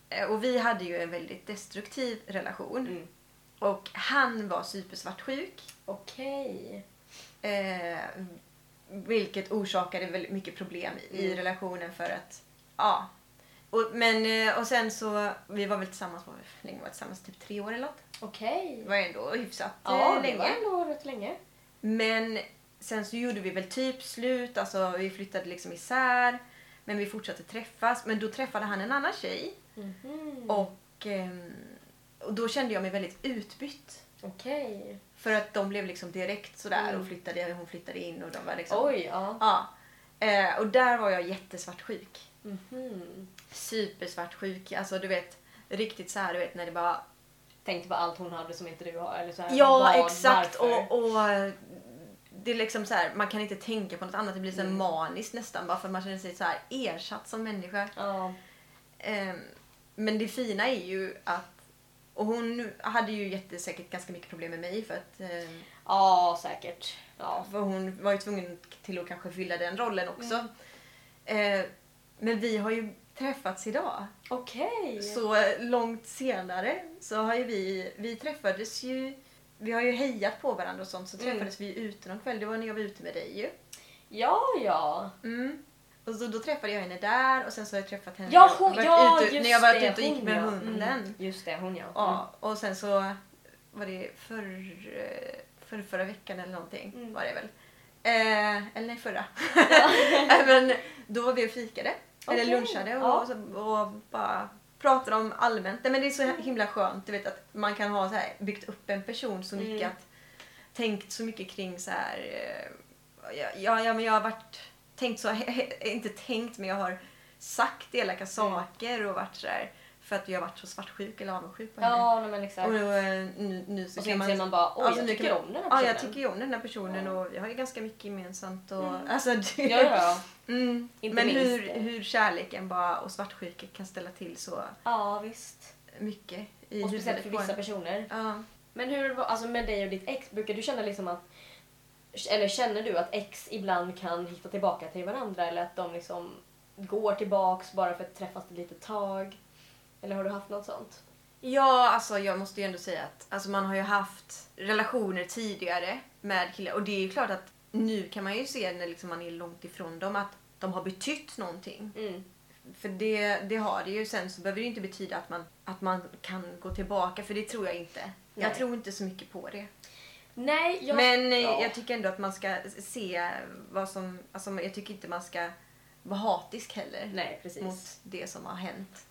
Speaker 1: eh, och vi hade ju en väldigt destruktiv relation.
Speaker 2: Mm.
Speaker 1: Och han var supersvartsjuk.
Speaker 2: Okej.
Speaker 1: Eh, vilket orsakade väldigt mycket problem i
Speaker 2: Mm.
Speaker 1: relationen för att, ja. Och, men, eh, och sen så, vi var väl tillsammans, vad var vi- hur länge var vi tillsammans? Typ tre år eller något.
Speaker 2: Okej.
Speaker 1: Det var ändå hyfsat
Speaker 2: Ja,
Speaker 1: eh,
Speaker 2: det
Speaker 1: länge.
Speaker 2: var ändå rätt länge.
Speaker 1: Men sen så gjorde vi väl typ slut, alltså vi flyttade liksom isär. Men vi fortsatte träffas. Men då träffade han en annan tjej.
Speaker 2: Mhm.
Speaker 1: Och, ehm, och då kände jag mig väldigt utbytt.
Speaker 2: Okej.
Speaker 1: För att de blev liksom direkt sådär
Speaker 2: Mm.
Speaker 1: och flyttade, hon flyttade in och de var liksom...
Speaker 2: Oj, ja.
Speaker 1: Ja. Eh, och där var jag jättesvartsjuk.
Speaker 2: Mhm.
Speaker 1: Supersvartsjuk. Alltså du vet, riktigt så här, du vet när det bara...
Speaker 2: Tänkte på allt hon hade som inte du har. Eller så här,
Speaker 1: Ja,
Speaker 2: vad,
Speaker 1: exakt.
Speaker 2: varför.
Speaker 1: Och, och eh, det är liksom så här, man kan inte tänka på något annat. Det blir så här
Speaker 2: Mm.
Speaker 1: maniskt nästan bara för att man känner sig så här ersatt som människa.
Speaker 2: Ja.
Speaker 1: Ehm, men det fina är ju att... Och hon hade ju jättesäkert ganska mycket problem med mig för att... ehm,
Speaker 2: ja, säkert. Ja.
Speaker 1: För hon var ju tvungen till att kanske fylla den rollen också.
Speaker 2: Mm.
Speaker 1: Eh, men vi har ju träffats idag.
Speaker 2: Okej.
Speaker 1: Så eh, långt senare så har ju vi, vi träffades ju, vi har ju hejat på varandra och sånt så
Speaker 2: Mm.
Speaker 1: träffades vi ute någon kväll, det var när jag var ute med dig ju.
Speaker 2: Ja, ja.
Speaker 1: Mm. Och så, då träffade jag henne där och sen så har jag träffat henne
Speaker 2: Ja, hon,
Speaker 1: när jag
Speaker 2: ja
Speaker 1: varit
Speaker 2: just
Speaker 1: ute, när jag varit
Speaker 2: det,
Speaker 1: ute och gick
Speaker 2: hon,
Speaker 1: med
Speaker 2: ja.
Speaker 1: hunden.
Speaker 2: Mm. Just det, hon ja. Mm.
Speaker 1: Ja, och sen så var det förr, förr, förra veckan eller någonting
Speaker 2: Mm.
Speaker 1: var det väl. Eh, eller nej, förra. Nej, Men då var vi och fikade.
Speaker 2: Okej,
Speaker 1: Eller lunchade och,
Speaker 2: ja.
Speaker 1: och, så- och bara pratade om allmänt. Nej, men det är så
Speaker 2: Mm.
Speaker 1: himla skönt du vet, att man kan ha så här, byggt upp en person så mycket.
Speaker 2: Mm.
Speaker 1: Att, tänkt så mycket kring så här. eh, Ja, ja, ja men jag har varit, tänkt så, inte tänkt men jag har sagt
Speaker 2: Mm.
Speaker 1: elaka saker och varit så här. För att jag har varit så svartsjuk eller avundsjuk på henne.
Speaker 2: Mm. Ja, nej, men exakt.
Speaker 1: Och då, eh, nu, nu så
Speaker 2: Och så
Speaker 1: kan
Speaker 2: inser
Speaker 1: man...
Speaker 2: man bara, oj,
Speaker 1: Alltså,
Speaker 2: jag
Speaker 1: nu
Speaker 2: tycker
Speaker 1: kan
Speaker 2: om den här
Speaker 1: Ja,
Speaker 2: personen.
Speaker 1: jag tycker ju om den här personen
Speaker 2: Ja.
Speaker 1: och vi har ju ganska mycket gemensamt. Och,
Speaker 2: Mm.
Speaker 1: alltså, det,
Speaker 2: Ja, ja.
Speaker 1: Mm.
Speaker 2: Inte
Speaker 1: Men
Speaker 2: minst eh.
Speaker 1: hur,
Speaker 2: det.
Speaker 1: hur kärleken bara och svartsjuka kan ställa till så
Speaker 2: ja, visst.
Speaker 1: mycket i
Speaker 2: Och speciellt för
Speaker 1: huvudet på
Speaker 2: vissa
Speaker 1: en.
Speaker 2: personer.
Speaker 1: Ja.
Speaker 2: Men hur var, alltså med dig och ditt ex, brukar du känna liksom att eller känner du att ex ibland kan hitta tillbaka till varandra eller att de liksom går tillbaks bara för att träffas ett litet tag? Eller har du haft något sånt?
Speaker 1: ja, alltså jag måste ju ändå säga att alltså, man har ju haft relationer tidigare med killar och det är ju klart att nu kan man ju se när liksom man är långt ifrån dem att de har betytt någonting.
Speaker 2: Mm.
Speaker 1: För det, det har det ju. Sen så behöver det ju inte betyda att man, att man kan gå tillbaka, för det tror jag inte.
Speaker 2: Nej.
Speaker 1: Jag tror inte så mycket på det.
Speaker 2: Nej, jag...
Speaker 1: Men eh,
Speaker 2: ja.
Speaker 1: jag tycker ändå att man ska se vad som... Alltså jag tycker inte man ska vara hatisk heller
Speaker 2: Nej, precis.
Speaker 1: mot det som har hänt.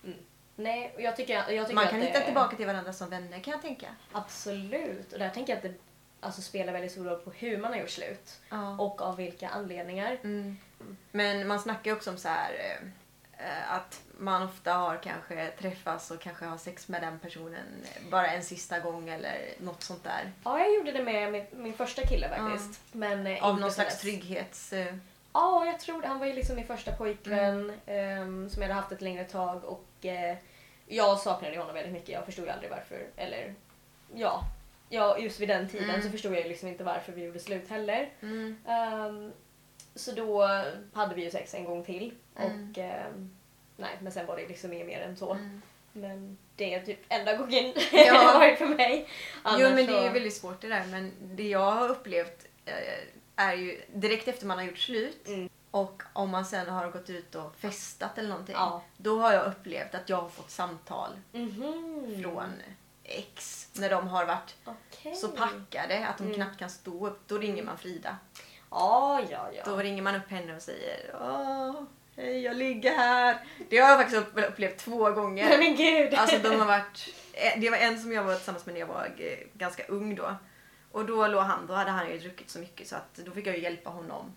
Speaker 2: Nej, och jag tycker, jag tycker
Speaker 1: Man
Speaker 2: att
Speaker 1: kan
Speaker 2: det-
Speaker 1: hitta tillbaka till varandra som vänner kan jag tänka.
Speaker 2: Absolut. Och där tänker jag att det alltså, spelar väldigt stor roll på hur man har gjort slut.
Speaker 1: Ja.
Speaker 2: Och av vilka anledningar.
Speaker 1: Mm. Men man snackar ju också om så här eh, eh, att man ofta har kanske träffats och kanske har sex med den personen bara en sista gång eller något sånt där.
Speaker 2: Ja, jag gjorde det med min, min första kille faktiskt. Men, eh,
Speaker 1: Av någon
Speaker 2: inte sen
Speaker 1: slags
Speaker 2: dess.
Speaker 1: trygghets... eh,
Speaker 2: Ja, jag tror det. Han var ju liksom min första
Speaker 1: Mm.
Speaker 2: pojkvän ehm, som jag hade haft ett längre tag och eh, jag saknade honom väldigt mycket. Jag förstod ju aldrig varför. Eller ja, ja just vid den tiden
Speaker 1: Mm.
Speaker 2: så förstod jag ju liksom inte varför vi gjorde slut heller.
Speaker 1: Mm.
Speaker 2: Ehm, så då hade vi ju sex en gång till
Speaker 1: Mm.
Speaker 2: och ehm, nej, men sen var det liksom inget mer än så.
Speaker 1: Mm.
Speaker 2: Men det är typ enda gången det
Speaker 1: Ja.
Speaker 2: har varit för mig.
Speaker 1: Jo men det är ju
Speaker 2: så-
Speaker 1: väldigt svårt det där men det jag har upplevt eh, är ju direkt efter man har gjort slut
Speaker 2: Mm.
Speaker 1: och om man sen har gått ut och festat eller någonting
Speaker 2: Ja.
Speaker 1: då har jag upplevt att jag har fått samtal
Speaker 2: Mhm.
Speaker 1: från ex när de har varit
Speaker 2: Okej.
Speaker 1: så packade att de
Speaker 2: Mm.
Speaker 1: knappt kan stå upp. Då ringer man Frida.
Speaker 2: Ja, ja, ja.
Speaker 1: Då ringer man upp henne och säger Åh, hej jag ligger här. Det har jag faktiskt upp- upplevt två gånger.
Speaker 2: Nej men gud!
Speaker 1: Alltså de har varit, eh, det var en som jag var tillsammans med när jag var eh, ganska ung då. Och då låg han, då hade han ju druckit så mycket så att då fick jag ju hjälpa honom.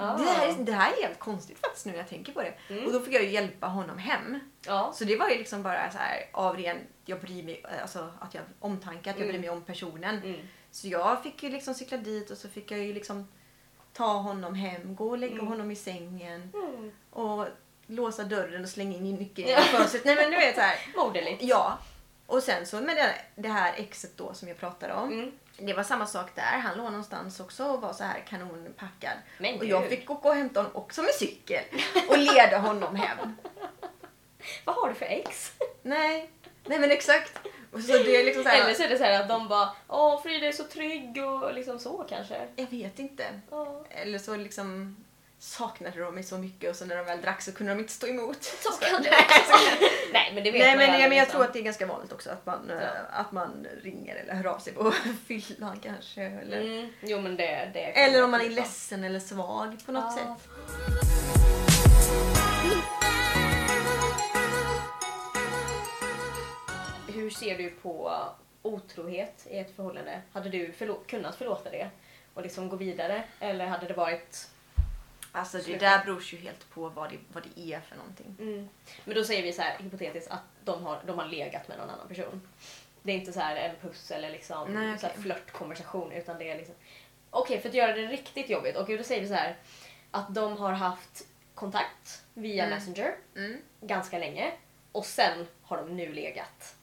Speaker 2: Ja.
Speaker 1: Det, här, är- det här är helt konstigt faktiskt nu när jag tänker på det.
Speaker 2: Ah. Mm.
Speaker 1: Och då fick jag ju hjälpa honom hem.
Speaker 2: Ja.
Speaker 1: Så det var ju liksom bara så här av ren, jag bryr mig, eh, alltså att jag omtanke, att jag
Speaker 2: Mm.
Speaker 1: bryr mig om personen.
Speaker 2: Mm.
Speaker 1: Så jag fick ju liksom cykla dit och så fick jag ju liksom ta honom hem, gå och lägga
Speaker 2: Mm.
Speaker 1: honom i sängen
Speaker 2: Mm.
Speaker 1: och låsa dörren och slänga in nyckeln
Speaker 2: Ja.
Speaker 1: i fönstret. Nej men du vet så här.
Speaker 2: Moderligt.
Speaker 1: Ja. Och sen så med det, det här exet då som jag pratade om.
Speaker 2: Mm.
Speaker 1: Det var samma sak där. Han låg någonstans också och var så här kanonpackad.
Speaker 2: Men
Speaker 1: och jag
Speaker 2: gud.
Speaker 1: fick åka och hämta honom också med cykel och leda honom hem.
Speaker 2: Vad har du för ex?
Speaker 1: Nej, nej men exakt. Och så det är liksom så här,
Speaker 2: Eller så är det så här att de bara Åh Frida är så trygg och liksom så kanske.
Speaker 1: jag vet inte.
Speaker 2: Ja.
Speaker 1: Eller så liksom saknade de mig så mycket och så när de väl drack så kunde de inte stå emot.
Speaker 2: Så kan det också. Nej men det vet
Speaker 1: Nej
Speaker 2: man ju
Speaker 1: men,
Speaker 2: aldrig
Speaker 1: jag, men jag
Speaker 2: liksom.
Speaker 1: tror att det är ganska vanligt också att man, eh,
Speaker 2: Ja.
Speaker 1: att man ringer eller hör av sig på fyllan kanske. Eller,
Speaker 2: Mm. Jo men det, det
Speaker 1: Eller om man är ledsen eller svag på något
Speaker 2: Ja.
Speaker 1: sätt.
Speaker 2: Hur ser du på otrohet i ett förhållande? Hade du förlo- kunnat förlåta det och liksom gå vidare? Eller hade det varit
Speaker 1: Alltså det
Speaker 2: Absolut.
Speaker 1: där beror ju helt på vad det, vad det är för någonting.
Speaker 2: Mm. Men då säger vi så här hypotetiskt att de har, de har legat med någon annan person. Det är inte så här en puss eller liksom
Speaker 1: Nej,
Speaker 2: så här
Speaker 1: okej.
Speaker 2: flörtkonversation utan det är liksom... Okej, för att göra det riktigt jobbigt. Och då säger vi så här att de har haft kontakt via
Speaker 1: Mm.
Speaker 2: Messenger
Speaker 1: Mm.
Speaker 2: ganska länge och sen har de nu legat.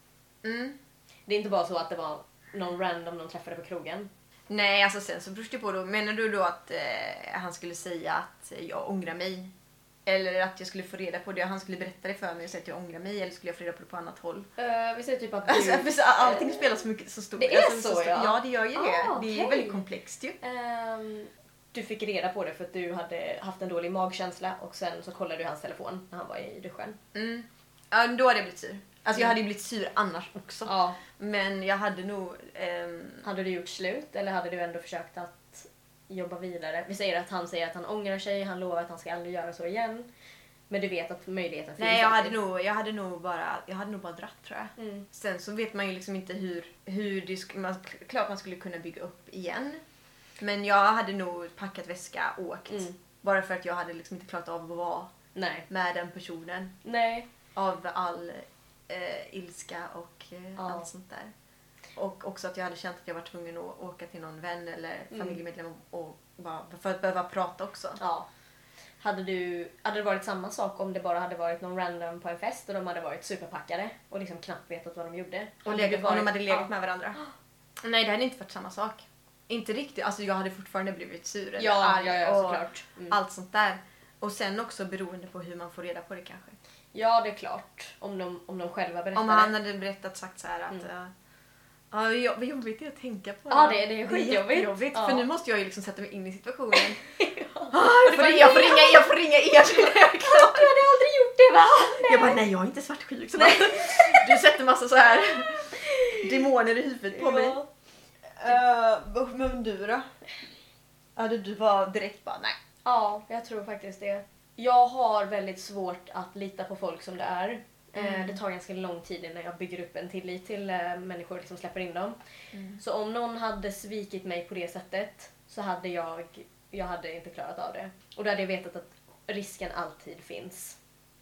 Speaker 1: Mm.
Speaker 2: Det är inte bara så att det var någon random de träffade på krogen.
Speaker 1: Nej, alltså sen så beror det på. Då. Menar du då att eh, han skulle säga att jag ångrar mig? Eller att jag skulle få reda på det, han skulle berätta det för mig och säga att jag ångrar mig eller skulle jag få reda på det på annat håll?
Speaker 2: Eh, vi säger typ att du...
Speaker 1: Alltså, för så, allting spelar så, mycket, så stort.
Speaker 2: Det är
Speaker 1: alltså,
Speaker 2: så,
Speaker 1: stort-
Speaker 2: ja.
Speaker 1: Ja, det gör ju det.
Speaker 2: Ah,
Speaker 1: Det är ju
Speaker 2: okej.
Speaker 1: väldigt komplext ju.
Speaker 2: Ehm, du fick reda på det för att du hade haft en dålig magkänsla och sen så kollade du hans telefon när han var i duschen.
Speaker 1: Mm. Ja, då hade jag blivit sur. Alltså jag hade ju blivit sur annars också.
Speaker 2: Ja.
Speaker 1: Men jag hade nog... ehm,
Speaker 2: Hade du gjort slut eller hade du ändå försökt att jobba vidare? Vi säger att han säger att han ångrar sig, han lovar att han ska aldrig göra så igen. Men du vet att möjligheten finns
Speaker 1: nej, jag hade,
Speaker 2: alltid.
Speaker 1: nog, jag, hade nog bara, jag hade nog bara dratt tror jag.
Speaker 2: Mm.
Speaker 1: Sen så vet man ju liksom inte hur... hur det sk- man, klart man skulle kunna bygga upp igen. Men jag hade nog packat väska och åkt.
Speaker 2: Mm.
Speaker 1: Bara för att jag hade liksom inte klarat av att vara
Speaker 2: Nej.
Speaker 1: med den personen.
Speaker 2: Nej.
Speaker 1: Av all eh, ilska och eh,
Speaker 2: Ja.
Speaker 1: allt sånt där. Och också att jag hade känt att jag var tvungen att åka till någon vän eller
Speaker 2: Mm.
Speaker 1: familjemedlem och, och bara, för att behöva prata också.
Speaker 2: Ja. Hade, du, hade det varit samma sak om det bara hade varit någon random på en fest och de hade varit superpackade och liksom knappt vetat vad de gjorde?
Speaker 1: Och
Speaker 2: Hade
Speaker 1: legat,
Speaker 2: du
Speaker 1: om
Speaker 2: varit-
Speaker 1: de hade legat
Speaker 2: ja.
Speaker 1: med varandra. Nej, det hade inte varit samma sak. Inte riktigt. Alltså jag hade fortfarande blivit sur eller
Speaker 2: Ja,
Speaker 1: arg
Speaker 2: ja, ja
Speaker 1: och
Speaker 2: såklart. Mm.
Speaker 1: allt sånt där. Och sen också beroende på hur man får reda på det kanske.
Speaker 2: Ja, det är klart. Om de, om de själva berättar
Speaker 1: Om han hade berättat sagt så här att
Speaker 2: Mm.
Speaker 1: eh, Ja, det är jobb- vad jobbigt det är att tänka på.
Speaker 2: Ja, det är- det är skitjobbigt.
Speaker 1: jättejobbigt,
Speaker 2: Ja.
Speaker 1: För nu måste jag ju liksom sätta mig in i situationen. Ah,
Speaker 2: Och
Speaker 1: jag,
Speaker 2: du
Speaker 1: får
Speaker 2: bara,
Speaker 1: ringa, jag, får
Speaker 2: "Nej,
Speaker 1: ringa, jag får ringa er!
Speaker 2: Du hade aldrig gjort det va?
Speaker 1: Jag bara, nej jag är inte svartsjuk. Så bara, du sätter massa så här demoner i huvudet på mig.
Speaker 2: Ja.
Speaker 1: Uh, men du då? Hade du bara direkt bara nej?
Speaker 2: ja, jag tror faktiskt det. Jag har väldigt svårt att lita på folk som det är. Eh,
Speaker 1: Mm.
Speaker 2: Det tar ganska lång tid innan jag bygger upp en tillit till eh, människor som släpper in dem. Så om någon hade svikit mig på det sättet så hade jag, jag hade inte klarat av det. Och då hade jag vetat att risken alltid finns.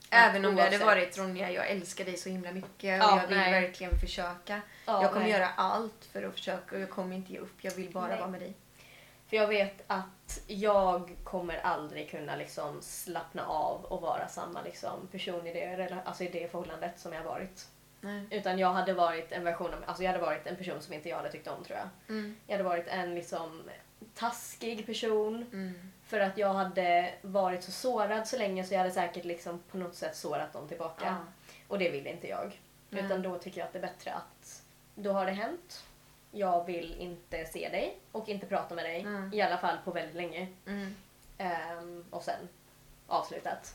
Speaker 1: Även om det hade
Speaker 2: Oavsett.
Speaker 1: varit Ronja, jag älskar dig så himla mycket och
Speaker 2: Ja,
Speaker 1: jag vill
Speaker 2: nej.
Speaker 1: verkligen försöka.
Speaker 2: Ja,
Speaker 1: jag kommer
Speaker 2: nej.
Speaker 1: göra allt för att försöka och jag kommer inte ge upp. Jag vill bara
Speaker 2: Nej.
Speaker 1: vara med dig.
Speaker 2: För jag vet att jag kommer aldrig kunna liksom slappna av och vara samma liksom person i det, rela- alltså i det förhållandet som jag har varit.
Speaker 1: Nej.
Speaker 2: Utan jag hade varit en version av, alltså jag hade varit en person som inte jag hade tyckt om tror jag.
Speaker 1: Mm.
Speaker 2: Jag hade varit en liksom taskig person.
Speaker 1: Mm.
Speaker 2: För att jag hade varit så sårad så länge så jag hade säkert liksom på något sätt sårat dem tillbaka.
Speaker 1: Ja.
Speaker 2: Och det vill inte jag.
Speaker 1: Nej.
Speaker 2: Utan då tycker jag att det är bättre att då har det hänt. Jag vill inte se dig och inte prata med dig.
Speaker 1: Mm.
Speaker 2: I alla fall på väldigt länge.
Speaker 1: Mm.
Speaker 2: Ehm, och sen avslutat.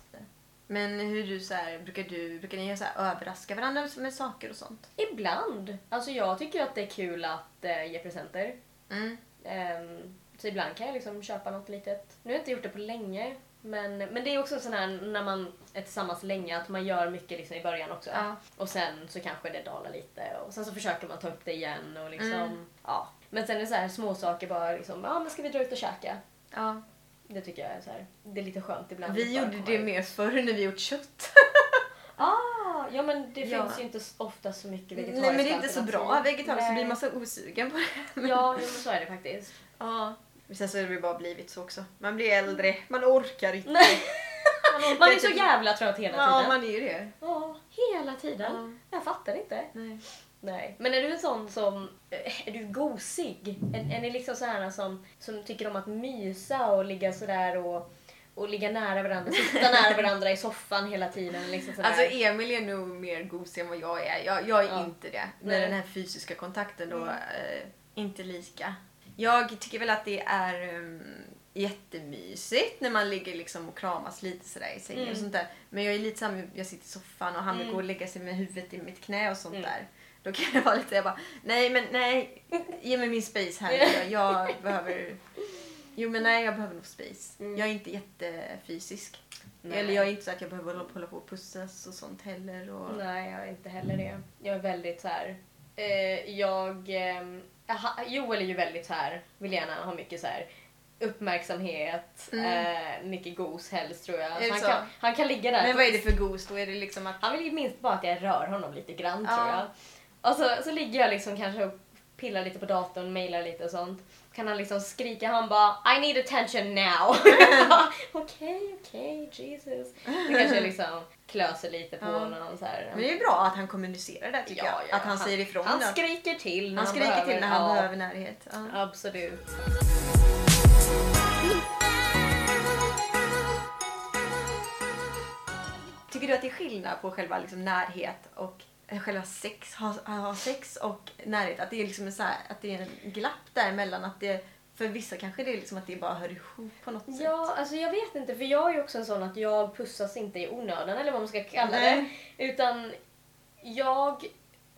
Speaker 1: Men hur du så här, brukar du, brukar ni göra så här, överraska varandra med saker och sånt?
Speaker 2: Ibland. Alltså jag tycker ju att det är kul att eh, ge presenter.
Speaker 1: Mm.
Speaker 2: Ehm, så ibland kan jag liksom köpa något litet. Nu har jag inte gjort det på länge. Men, men det är också sån här när man är tillsammans länge att man gör mycket liksom i början också.
Speaker 1: Ja.
Speaker 2: Och sen så kanske det dalar lite och sen så försöker man ta upp det igen och liksom,
Speaker 1: Mm.
Speaker 2: ja. Men sen är det så här små saker bara liksom, ja men ska vi dra ut och käka?
Speaker 1: Ja.
Speaker 2: Det tycker jag är så här, det är lite skönt ibland.
Speaker 1: Vi
Speaker 2: att bara
Speaker 1: gjorde
Speaker 2: komma
Speaker 1: det
Speaker 2: ut.
Speaker 1: mer förr när vi gjort kött.
Speaker 2: Ah, ja men det
Speaker 1: Ja.
Speaker 2: finns ju inte s- ofta så mycket
Speaker 1: Nej
Speaker 2: vegetariskt
Speaker 1: men det är inte så bra
Speaker 2: alternativ.
Speaker 1: vegetariskt så
Speaker 2: Nej.
Speaker 1: blir man så osugen på det. Men-
Speaker 2: Ja, jo, men så är det faktiskt.
Speaker 1: Ja. Men sen så har det bara blivit så också. Man blir äldre, man orkar inte.
Speaker 2: Nej.
Speaker 1: orkar
Speaker 2: Man är så
Speaker 1: inte-
Speaker 2: jävla trött hela
Speaker 1: Mm. Ja,
Speaker 2: tiden.
Speaker 1: man är ju det.
Speaker 2: Ja, hela tiden. Jag fattar inte.
Speaker 1: Nej.
Speaker 2: Nej. Men är du en sån som... eh, Är du gosig? Är, är ni liksom så här som, som tycker om att mysa och ligga sådär och, och ligga nära varandra, sitta nära varandra i soffan hela tiden? Liksom sådär.
Speaker 1: Alltså Emil är nog mer gosig än vad jag är. Jag, jag är
Speaker 2: Ja.
Speaker 1: inte det.
Speaker 2: Nej.
Speaker 1: Med den här fysiska kontakten då,
Speaker 2: Mm.
Speaker 1: eh, inte lika. Jag tycker väl att det är um, jättemysigt när man ligger liksom och kramas lite sådär i sängen
Speaker 2: Mm.
Speaker 1: och sånt där. Men jag är lite samma, jag sitter i soffan och han vill
Speaker 2: Mm.
Speaker 1: gå och lägga sig med huvudet i mitt knä och sånt
Speaker 2: Mm.
Speaker 1: där. Då kan jag vara lite jag bara, nej men nej, ge mig min space här nu. Jag, jag behöver... Jo men nej, jag behöver nog space.
Speaker 2: Mm.
Speaker 1: Jag är inte jättefysisk.
Speaker 2: Nej.
Speaker 1: Eller jag är inte så att jag behöver hålla- hålla på och pussas och sånt heller. Och...
Speaker 2: Nej, jag är inte heller det. Jag är väldigt så här. ehm, Eh, jag... Eh, aha, Joel är ju väldigt så här. Vill gärna ha mycket så här. uppmärksamhet, eh, mycket gos helst tror jag.
Speaker 3: Är det
Speaker 2: Han
Speaker 3: så?
Speaker 2: kan, han kan ligga där.
Speaker 3: Men vad är det för gos då? Är det liksom att...
Speaker 2: Han vill ju minst bara att jag rör honom lite grann
Speaker 3: Ja.
Speaker 2: tror jag. Och så, så ligger jag liksom kanske och pillar lite på datorn, mailar lite och sånt. Kan han liksom skrika, han bara I need attention now. Okej, okej, Jesus. Då kanske jag liksom klöser lite på
Speaker 3: Ja.
Speaker 2: honom så här.
Speaker 1: Men det är ju bra att han kommunicerar det tycker
Speaker 2: Ja,
Speaker 1: jag.
Speaker 2: ja,
Speaker 1: att han, säger ifrån.
Speaker 2: Han
Speaker 1: då.
Speaker 2: skriker till när
Speaker 1: han skriker till när han
Speaker 2: ja.
Speaker 1: behöver närhet. Ja.
Speaker 2: Absolut.
Speaker 1: Tycker du att det är skillnad på själva liksom närhet och eh, själva sex, ha, ha sex och närhet? Att det är liksom en så här, att det är en glapp däremellan? Att det, för vissa kanske det är liksom att det bara hör ihop på något sätt.
Speaker 2: Ja, alltså jag vet inte för jag är ju också en sån att jag pussas inte i onödan eller vad man ska kalla
Speaker 1: Nej.
Speaker 2: det. Utan jag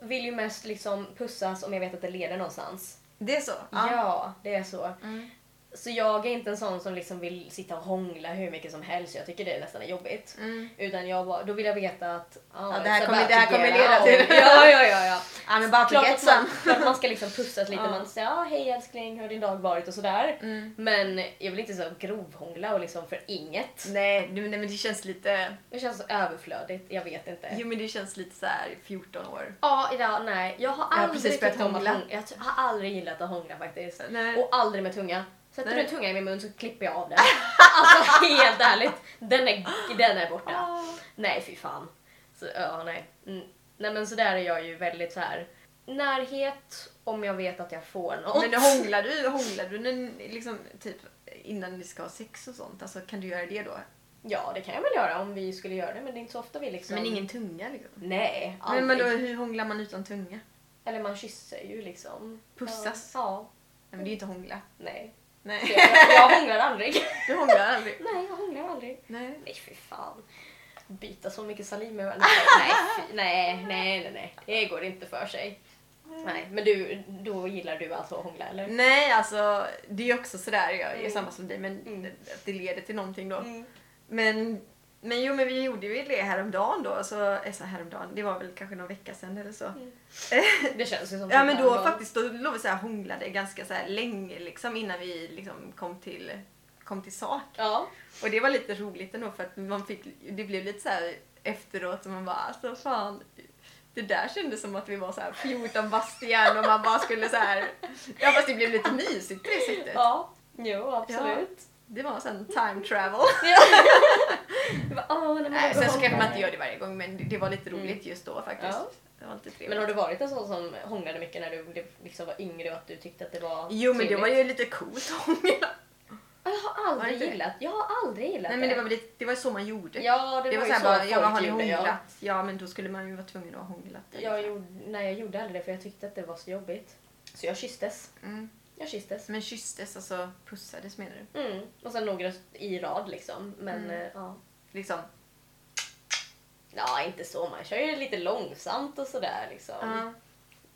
Speaker 2: vill ju mest liksom pussas om jag vet att det leder någonstans.
Speaker 1: Det är så?
Speaker 2: Ja, det är så.
Speaker 1: Mm.
Speaker 2: Så jag är inte en sån som liksom vill sitta och hångla hur mycket som helst. Jag tycker det är nästan jobbigt.
Speaker 1: Mm.
Speaker 2: Utan jag bara, då vill jag veta att... ja,
Speaker 1: det här
Speaker 2: it's
Speaker 1: kommer-
Speaker 2: about
Speaker 1: det här
Speaker 2: to get
Speaker 1: kommer leda till-
Speaker 2: out. Ja, ja, ja. ja.
Speaker 1: Ja, men bara
Speaker 2: Klart
Speaker 1: to get
Speaker 2: att man,
Speaker 1: some.
Speaker 2: för att man ska liksom pussas lite.
Speaker 1: Ja.
Speaker 2: Man säger ah, hej älskling, hur har din dag varit och sådär.
Speaker 1: Mm.
Speaker 2: Men jag vill inte så grovhångla och liksom för inget.
Speaker 1: Nej, du- nej, men det känns lite...
Speaker 2: Det känns så överflödigt, jag vet inte.
Speaker 1: Jo, men det känns lite så här 14 år.
Speaker 2: Ja, idag, nej. Jag har aldrig
Speaker 1: precis
Speaker 2: tyckt
Speaker 1: börjat
Speaker 2: om att
Speaker 1: hångla.
Speaker 2: hångla. Jag t- har aldrig gillat att hångla faktiskt.
Speaker 1: Nej.
Speaker 2: Och aldrig med tunga. Sätter
Speaker 1: Nej.
Speaker 2: du en tunga i min mun så klipper jag av den. Alltså helt ärligt, den är, den är borta. Nej fy fan. Så, ja, nej. Mm. nej men så där är jag ju väldigt så här. närhet om jag vet att jag får något.
Speaker 1: Men hånglar du, hånglar du när, liksom, typ, innan ni ska ha sex och sånt? Alltså, kan du göra det då?
Speaker 2: Ja det kan jag väl göra om vi skulle göra det men det är inte så ofta vi liksom...
Speaker 1: Men ingen tunga liksom?
Speaker 2: Nej, aldrig.
Speaker 1: Men, men då, hur hånglar man utan tunga?
Speaker 2: Eller man kysser ju liksom.
Speaker 1: Pussas?
Speaker 2: Ja. ja.
Speaker 1: Nej, men det är ju inte hångla.
Speaker 2: Nej.
Speaker 1: Nej.
Speaker 2: Jag, jag hånglar aldrig.
Speaker 1: Du hånglar aldrig?
Speaker 2: Nej, jag hånglar aldrig.
Speaker 1: Nej.
Speaker 2: Nej, fy fan. Byta så mycket saliv med varandra. Nej, fy, nej, nej, nej, nej. Det går inte för sig. Nej, men du, då gillar du alltså att hångla eller?
Speaker 1: Nej, alltså det är ju också sådär, jag är
Speaker 2: Mm.
Speaker 1: samma som dig, men
Speaker 2: Mm.
Speaker 1: att det leder till någonting då. Men, men jo, men vi gjorde ju det häromdagen då, alltså, eh, så häromdagen, det var väl kanske någon vecka sedan eller så.
Speaker 2: Det känns ju som
Speaker 1: Ja men då
Speaker 2: barn.
Speaker 1: faktiskt, då låg vi så här och hånglade ganska så här länge liksom innan vi liksom kom till, kom till sak.
Speaker 2: Ja.
Speaker 1: Och det var lite roligt ändå för att man fick, det blev lite så här efteråt som man bara alltså fan det där kändes som att vi var så här 14 bast igen och man bara skulle så här Ja fast det blev lite mysigt på det sättet.
Speaker 2: Ja. Jo, absolut.
Speaker 1: Det var sån time travel.
Speaker 2: Ja. Åh, nej, men
Speaker 1: Nej,
Speaker 2: jag
Speaker 1: sen så
Speaker 2: hånglar.
Speaker 1: kanske man inte gör det varje gång men det- det var lite roligt just då faktiskt.
Speaker 2: Ja.
Speaker 1: Det var lite trevligt.
Speaker 2: Men har du varit en sån som hånglade mycket när du blev- liksom var yngre och att du tyckte att det var
Speaker 1: Jo men det
Speaker 2: trevligt?
Speaker 1: var ju lite coolt att hångla.
Speaker 2: Ja, Jag
Speaker 1: Var
Speaker 2: har
Speaker 1: det
Speaker 2: aldrig
Speaker 1: inte det?
Speaker 2: gillat, jag har aldrig gillat
Speaker 1: Nej men det var väl lite, det var ju så man gjorde.
Speaker 2: Ja, det,
Speaker 1: det var, så
Speaker 2: var, ju
Speaker 1: här
Speaker 2: så
Speaker 1: bara, ja, vad
Speaker 2: folk
Speaker 1: har ni
Speaker 2: gjorde. ja.
Speaker 1: hånglat? Ja men då skulle man ju vara tvungen att ha hånglat. liksom.
Speaker 2: Jag gjorde, nej, jag gjorde aldrig det för jag tyckte att det var så jobbigt. Så jag kysstes.
Speaker 1: Mm.
Speaker 2: Jag kysstes.
Speaker 1: Men kysstes, alltså pussades menar du?
Speaker 2: Mm. Och sen några i rad liksom. Men eh, ja.
Speaker 1: Liksom.
Speaker 2: ja, inte så. Man kör ju lite långsamt och sådär liksom.
Speaker 1: Ja.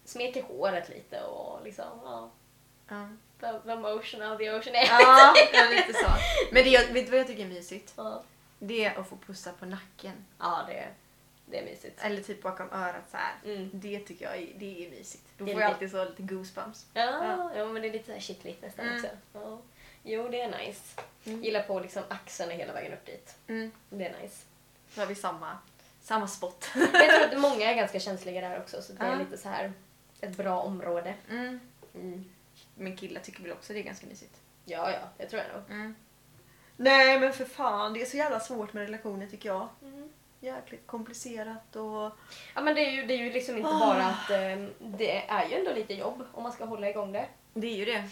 Speaker 2: Smeker håret lite och liksom ja.
Speaker 1: Ja.
Speaker 2: The, the motion of the ocean. Nej.
Speaker 1: Ja, ja, lite så. Men det, jag- vet du vad jag tycker är mysigt?
Speaker 2: Ja.
Speaker 1: Det är att få pussa på nacken.
Speaker 2: Ja, det, det är mysigt.
Speaker 1: Eller typ bakom örat så här.
Speaker 2: Mm.
Speaker 1: Det tycker jag är, det är mysigt. Då
Speaker 2: Det är
Speaker 1: får jag
Speaker 2: lite-
Speaker 1: alltid så lite goosebumps.
Speaker 2: Ja, ja men det är lite så här kittligt nästan
Speaker 1: Mm.
Speaker 2: också. Ja. Jo, det är nice. Gillar på liksom axeln hela vägen upp dit.
Speaker 1: Mm.
Speaker 2: Det är nice.
Speaker 1: Då har vi samma, samma spot.
Speaker 2: Jag tror att många är ganska känsliga där också så det är
Speaker 1: Ja.
Speaker 2: lite så här ett bra område.
Speaker 1: Mm. Men killar tycker väl också det är ganska mysigt.
Speaker 2: Ja, ja, det tror jag nog.
Speaker 1: Nej men för fan, det är så jävla svårt med relationer tycker jag.
Speaker 2: Mm.
Speaker 1: Jäkligt komplicerat och...
Speaker 2: Ja, men det är ju, det är ju liksom inte
Speaker 1: Ah.
Speaker 2: bara att eh, det är ju ändå lite jobb om man ska hålla igång det.
Speaker 1: Det är ju det.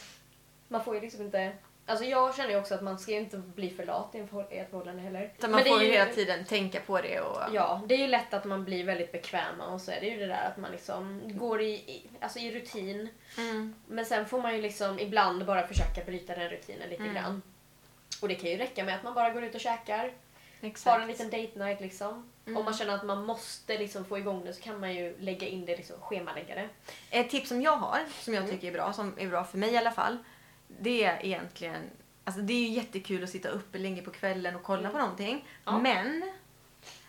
Speaker 2: Man får ju liksom inte... Alltså jag känner ju också att man ska ju inte bli för lat i en förhå- i ett förhållande heller.
Speaker 1: Utan man
Speaker 2: det
Speaker 1: får
Speaker 2: är
Speaker 1: ju hela tiden tänka på det och...
Speaker 2: Ja, det är ju lätt att man blir väldigt bekväma och så är det ju det där att man liksom går i, i, alltså i rutin.
Speaker 1: Mm.
Speaker 2: Men sen får man ju liksom ibland bara försöka bryta den rutinen lite
Speaker 1: Mm.
Speaker 2: grann. Och det kan ju räcka med att man bara går ut och käkar.
Speaker 1: Exakt. Mm.
Speaker 2: Har en liten date night liksom. Om man känner att man måste liksom få igång det så kan man ju lägga in det, liksom, schemalägga det.
Speaker 1: Ett tips som jag har, som
Speaker 2: Mm.
Speaker 1: jag tycker är bra, som är bra för mig i alla fall. Det är egentligen... Alltså det är ju jättekul att sitta uppe länge på kvällen och kolla på någonting.
Speaker 2: Mm. Ja.
Speaker 1: Men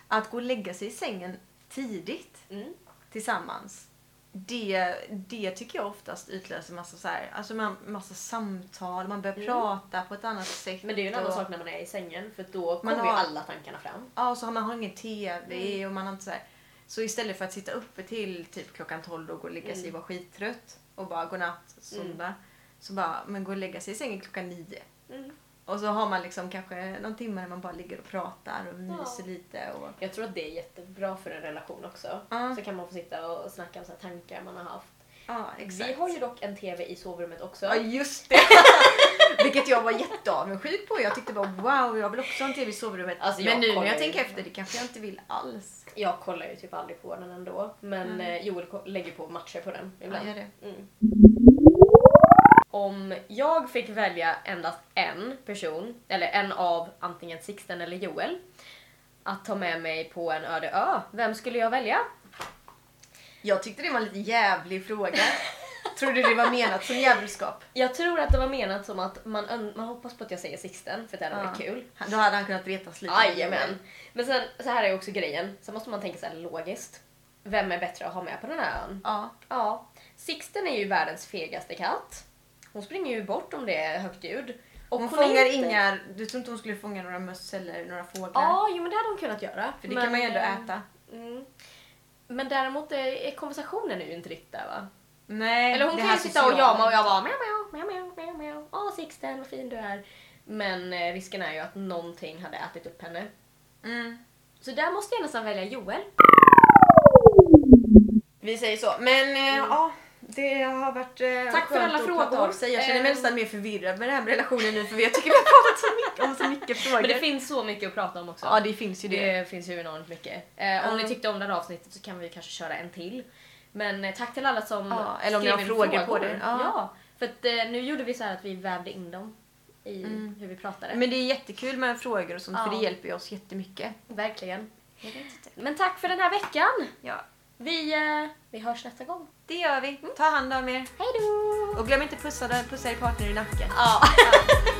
Speaker 1: att gå och lägga sig i sängen tidigt
Speaker 2: Mm.
Speaker 1: tillsammans det, det tycker jag oftast utlöser massa, så här, alltså man, massa samtal, man börjar
Speaker 2: Mm.
Speaker 1: prata på ett annat sätt.
Speaker 2: Men det är ju en annan
Speaker 1: och,
Speaker 2: sak när man är i sängen för då
Speaker 1: Man
Speaker 2: kommer ju
Speaker 1: har-
Speaker 2: alla tankarna fram.
Speaker 1: Ja, och så har man har ingen TV
Speaker 2: Mm.
Speaker 1: och man har inte så här. Så istället för att sitta uppe till typ klockan 12 och gå och lägga sig
Speaker 2: Mm.
Speaker 1: och vara skittrött och bara godnatt, somna. Så bara, men gå och lägga sig i sängen klockan 9. Och så har man liksom kanske någon timme där man bara ligger och pratar och myser lite. Och,
Speaker 2: Jag tror att det är jättebra för en relation också.
Speaker 1: Ja.
Speaker 2: Så kan man få sitta och snacka om så här tankar man har haft.
Speaker 1: ja, exakt.
Speaker 2: Vi har ju dock en TV i sovrummet också.
Speaker 1: Ja, just det! Vilket jag var jätteavundsjuk på. Jag tyckte bara wow, jag vill också ha en TV i sovrummet.
Speaker 2: Alltså, jag
Speaker 1: men nu när
Speaker 2: kollar
Speaker 1: jag
Speaker 2: ju-
Speaker 1: tänker efter, det kanske jag inte vill alls.
Speaker 2: Jag kollar ju typ aldrig på den ändå. Men
Speaker 1: Mm.
Speaker 2: eh, Joel ko- lägger på matcher på den ibland.
Speaker 1: Ja, gör det.
Speaker 2: Mm. Om jag fick välja endast en person, eller en av antingen Sixten eller Joel, att ta med mig på en öde ö, vem skulle jag välja?
Speaker 1: Jag tyckte det var en lite jävlig fråga. Tror du det var menat som jävelskap?
Speaker 2: Jag tror att det var menat som att man, ön- man hoppas på att jag säger Sixten, för det hade varit
Speaker 1: Ja.
Speaker 2: kul.
Speaker 1: Han- Då hade han kunnat retas lite.
Speaker 2: Jajamän. Men sen, så här är ju också grejen, sen måste man tänka så här logiskt. Vem är bättre att ha med på den här ön?
Speaker 1: Ja.
Speaker 2: Ja, Sixten är ju världens fegaste katt. Hon springer ju bort om det är högt ljud. Och
Speaker 1: Hon, fångar
Speaker 2: är inte-
Speaker 1: inga... Du tror inte hon skulle fånga några möss eller några fåglar?
Speaker 2: Ja, jo men det hade hon kunnat göra.
Speaker 1: För det kan man ju ändå äta.
Speaker 2: Mm. Men däremot är, är konversationen är ju inte riktigt där va?
Speaker 1: Nej,
Speaker 2: Eller hon
Speaker 1: det
Speaker 2: kan
Speaker 1: här
Speaker 2: ju sitta och
Speaker 1: sociala.
Speaker 2: jama och jag bara mjau, mjau, mjau, mjau, mjau. Åh Sixten vad fin du är. Men eh, risken är ju att någonting hade ätit upp henne.
Speaker 1: Mm.
Speaker 2: Så där måste jag nästan välja Joel.
Speaker 1: Vi säger så. Men eh,
Speaker 2: Mm.
Speaker 1: ja, det har varit eh,
Speaker 2: Tack för
Speaker 1: skönt
Speaker 2: alla
Speaker 1: att prata
Speaker 2: frågor.
Speaker 1: av sig. Jag känner mig
Speaker 2: Eh.
Speaker 1: nästan mer förvirrad med den här relationen nu för jag tycker vi har pratat så mycket om så mycket frågor.
Speaker 2: Men det finns så mycket att prata om också.
Speaker 1: ja, det finns ju det.
Speaker 2: Det finns ju enormt mycket. Eh, om
Speaker 1: Mm. Ja.
Speaker 2: ni tyckte om det här avsnittet så kan vi kanske köra en till. Men eh, tack till alla som
Speaker 1: Ja, eller om ni
Speaker 2: skrev
Speaker 1: har
Speaker 2: in
Speaker 1: frågor på det.
Speaker 2: Ja.
Speaker 1: Ja.
Speaker 2: för att, eh, nu gjorde vi så här att vi vävde in dem i
Speaker 1: Mm.
Speaker 2: hur vi pratade.
Speaker 1: Men det är jättekul med frågor och sånt
Speaker 2: Ja.
Speaker 1: för det hjälper ju oss jättemycket.
Speaker 2: Verkligen. Men tack för den här veckan.
Speaker 1: Ja,
Speaker 2: Vi, eh, vi hörs nästa gång.
Speaker 1: det gör vi. Ta hand om er.
Speaker 2: Hej då!
Speaker 1: Och glöm inte pussa, pussa er partner i nacken.
Speaker 2: Ja.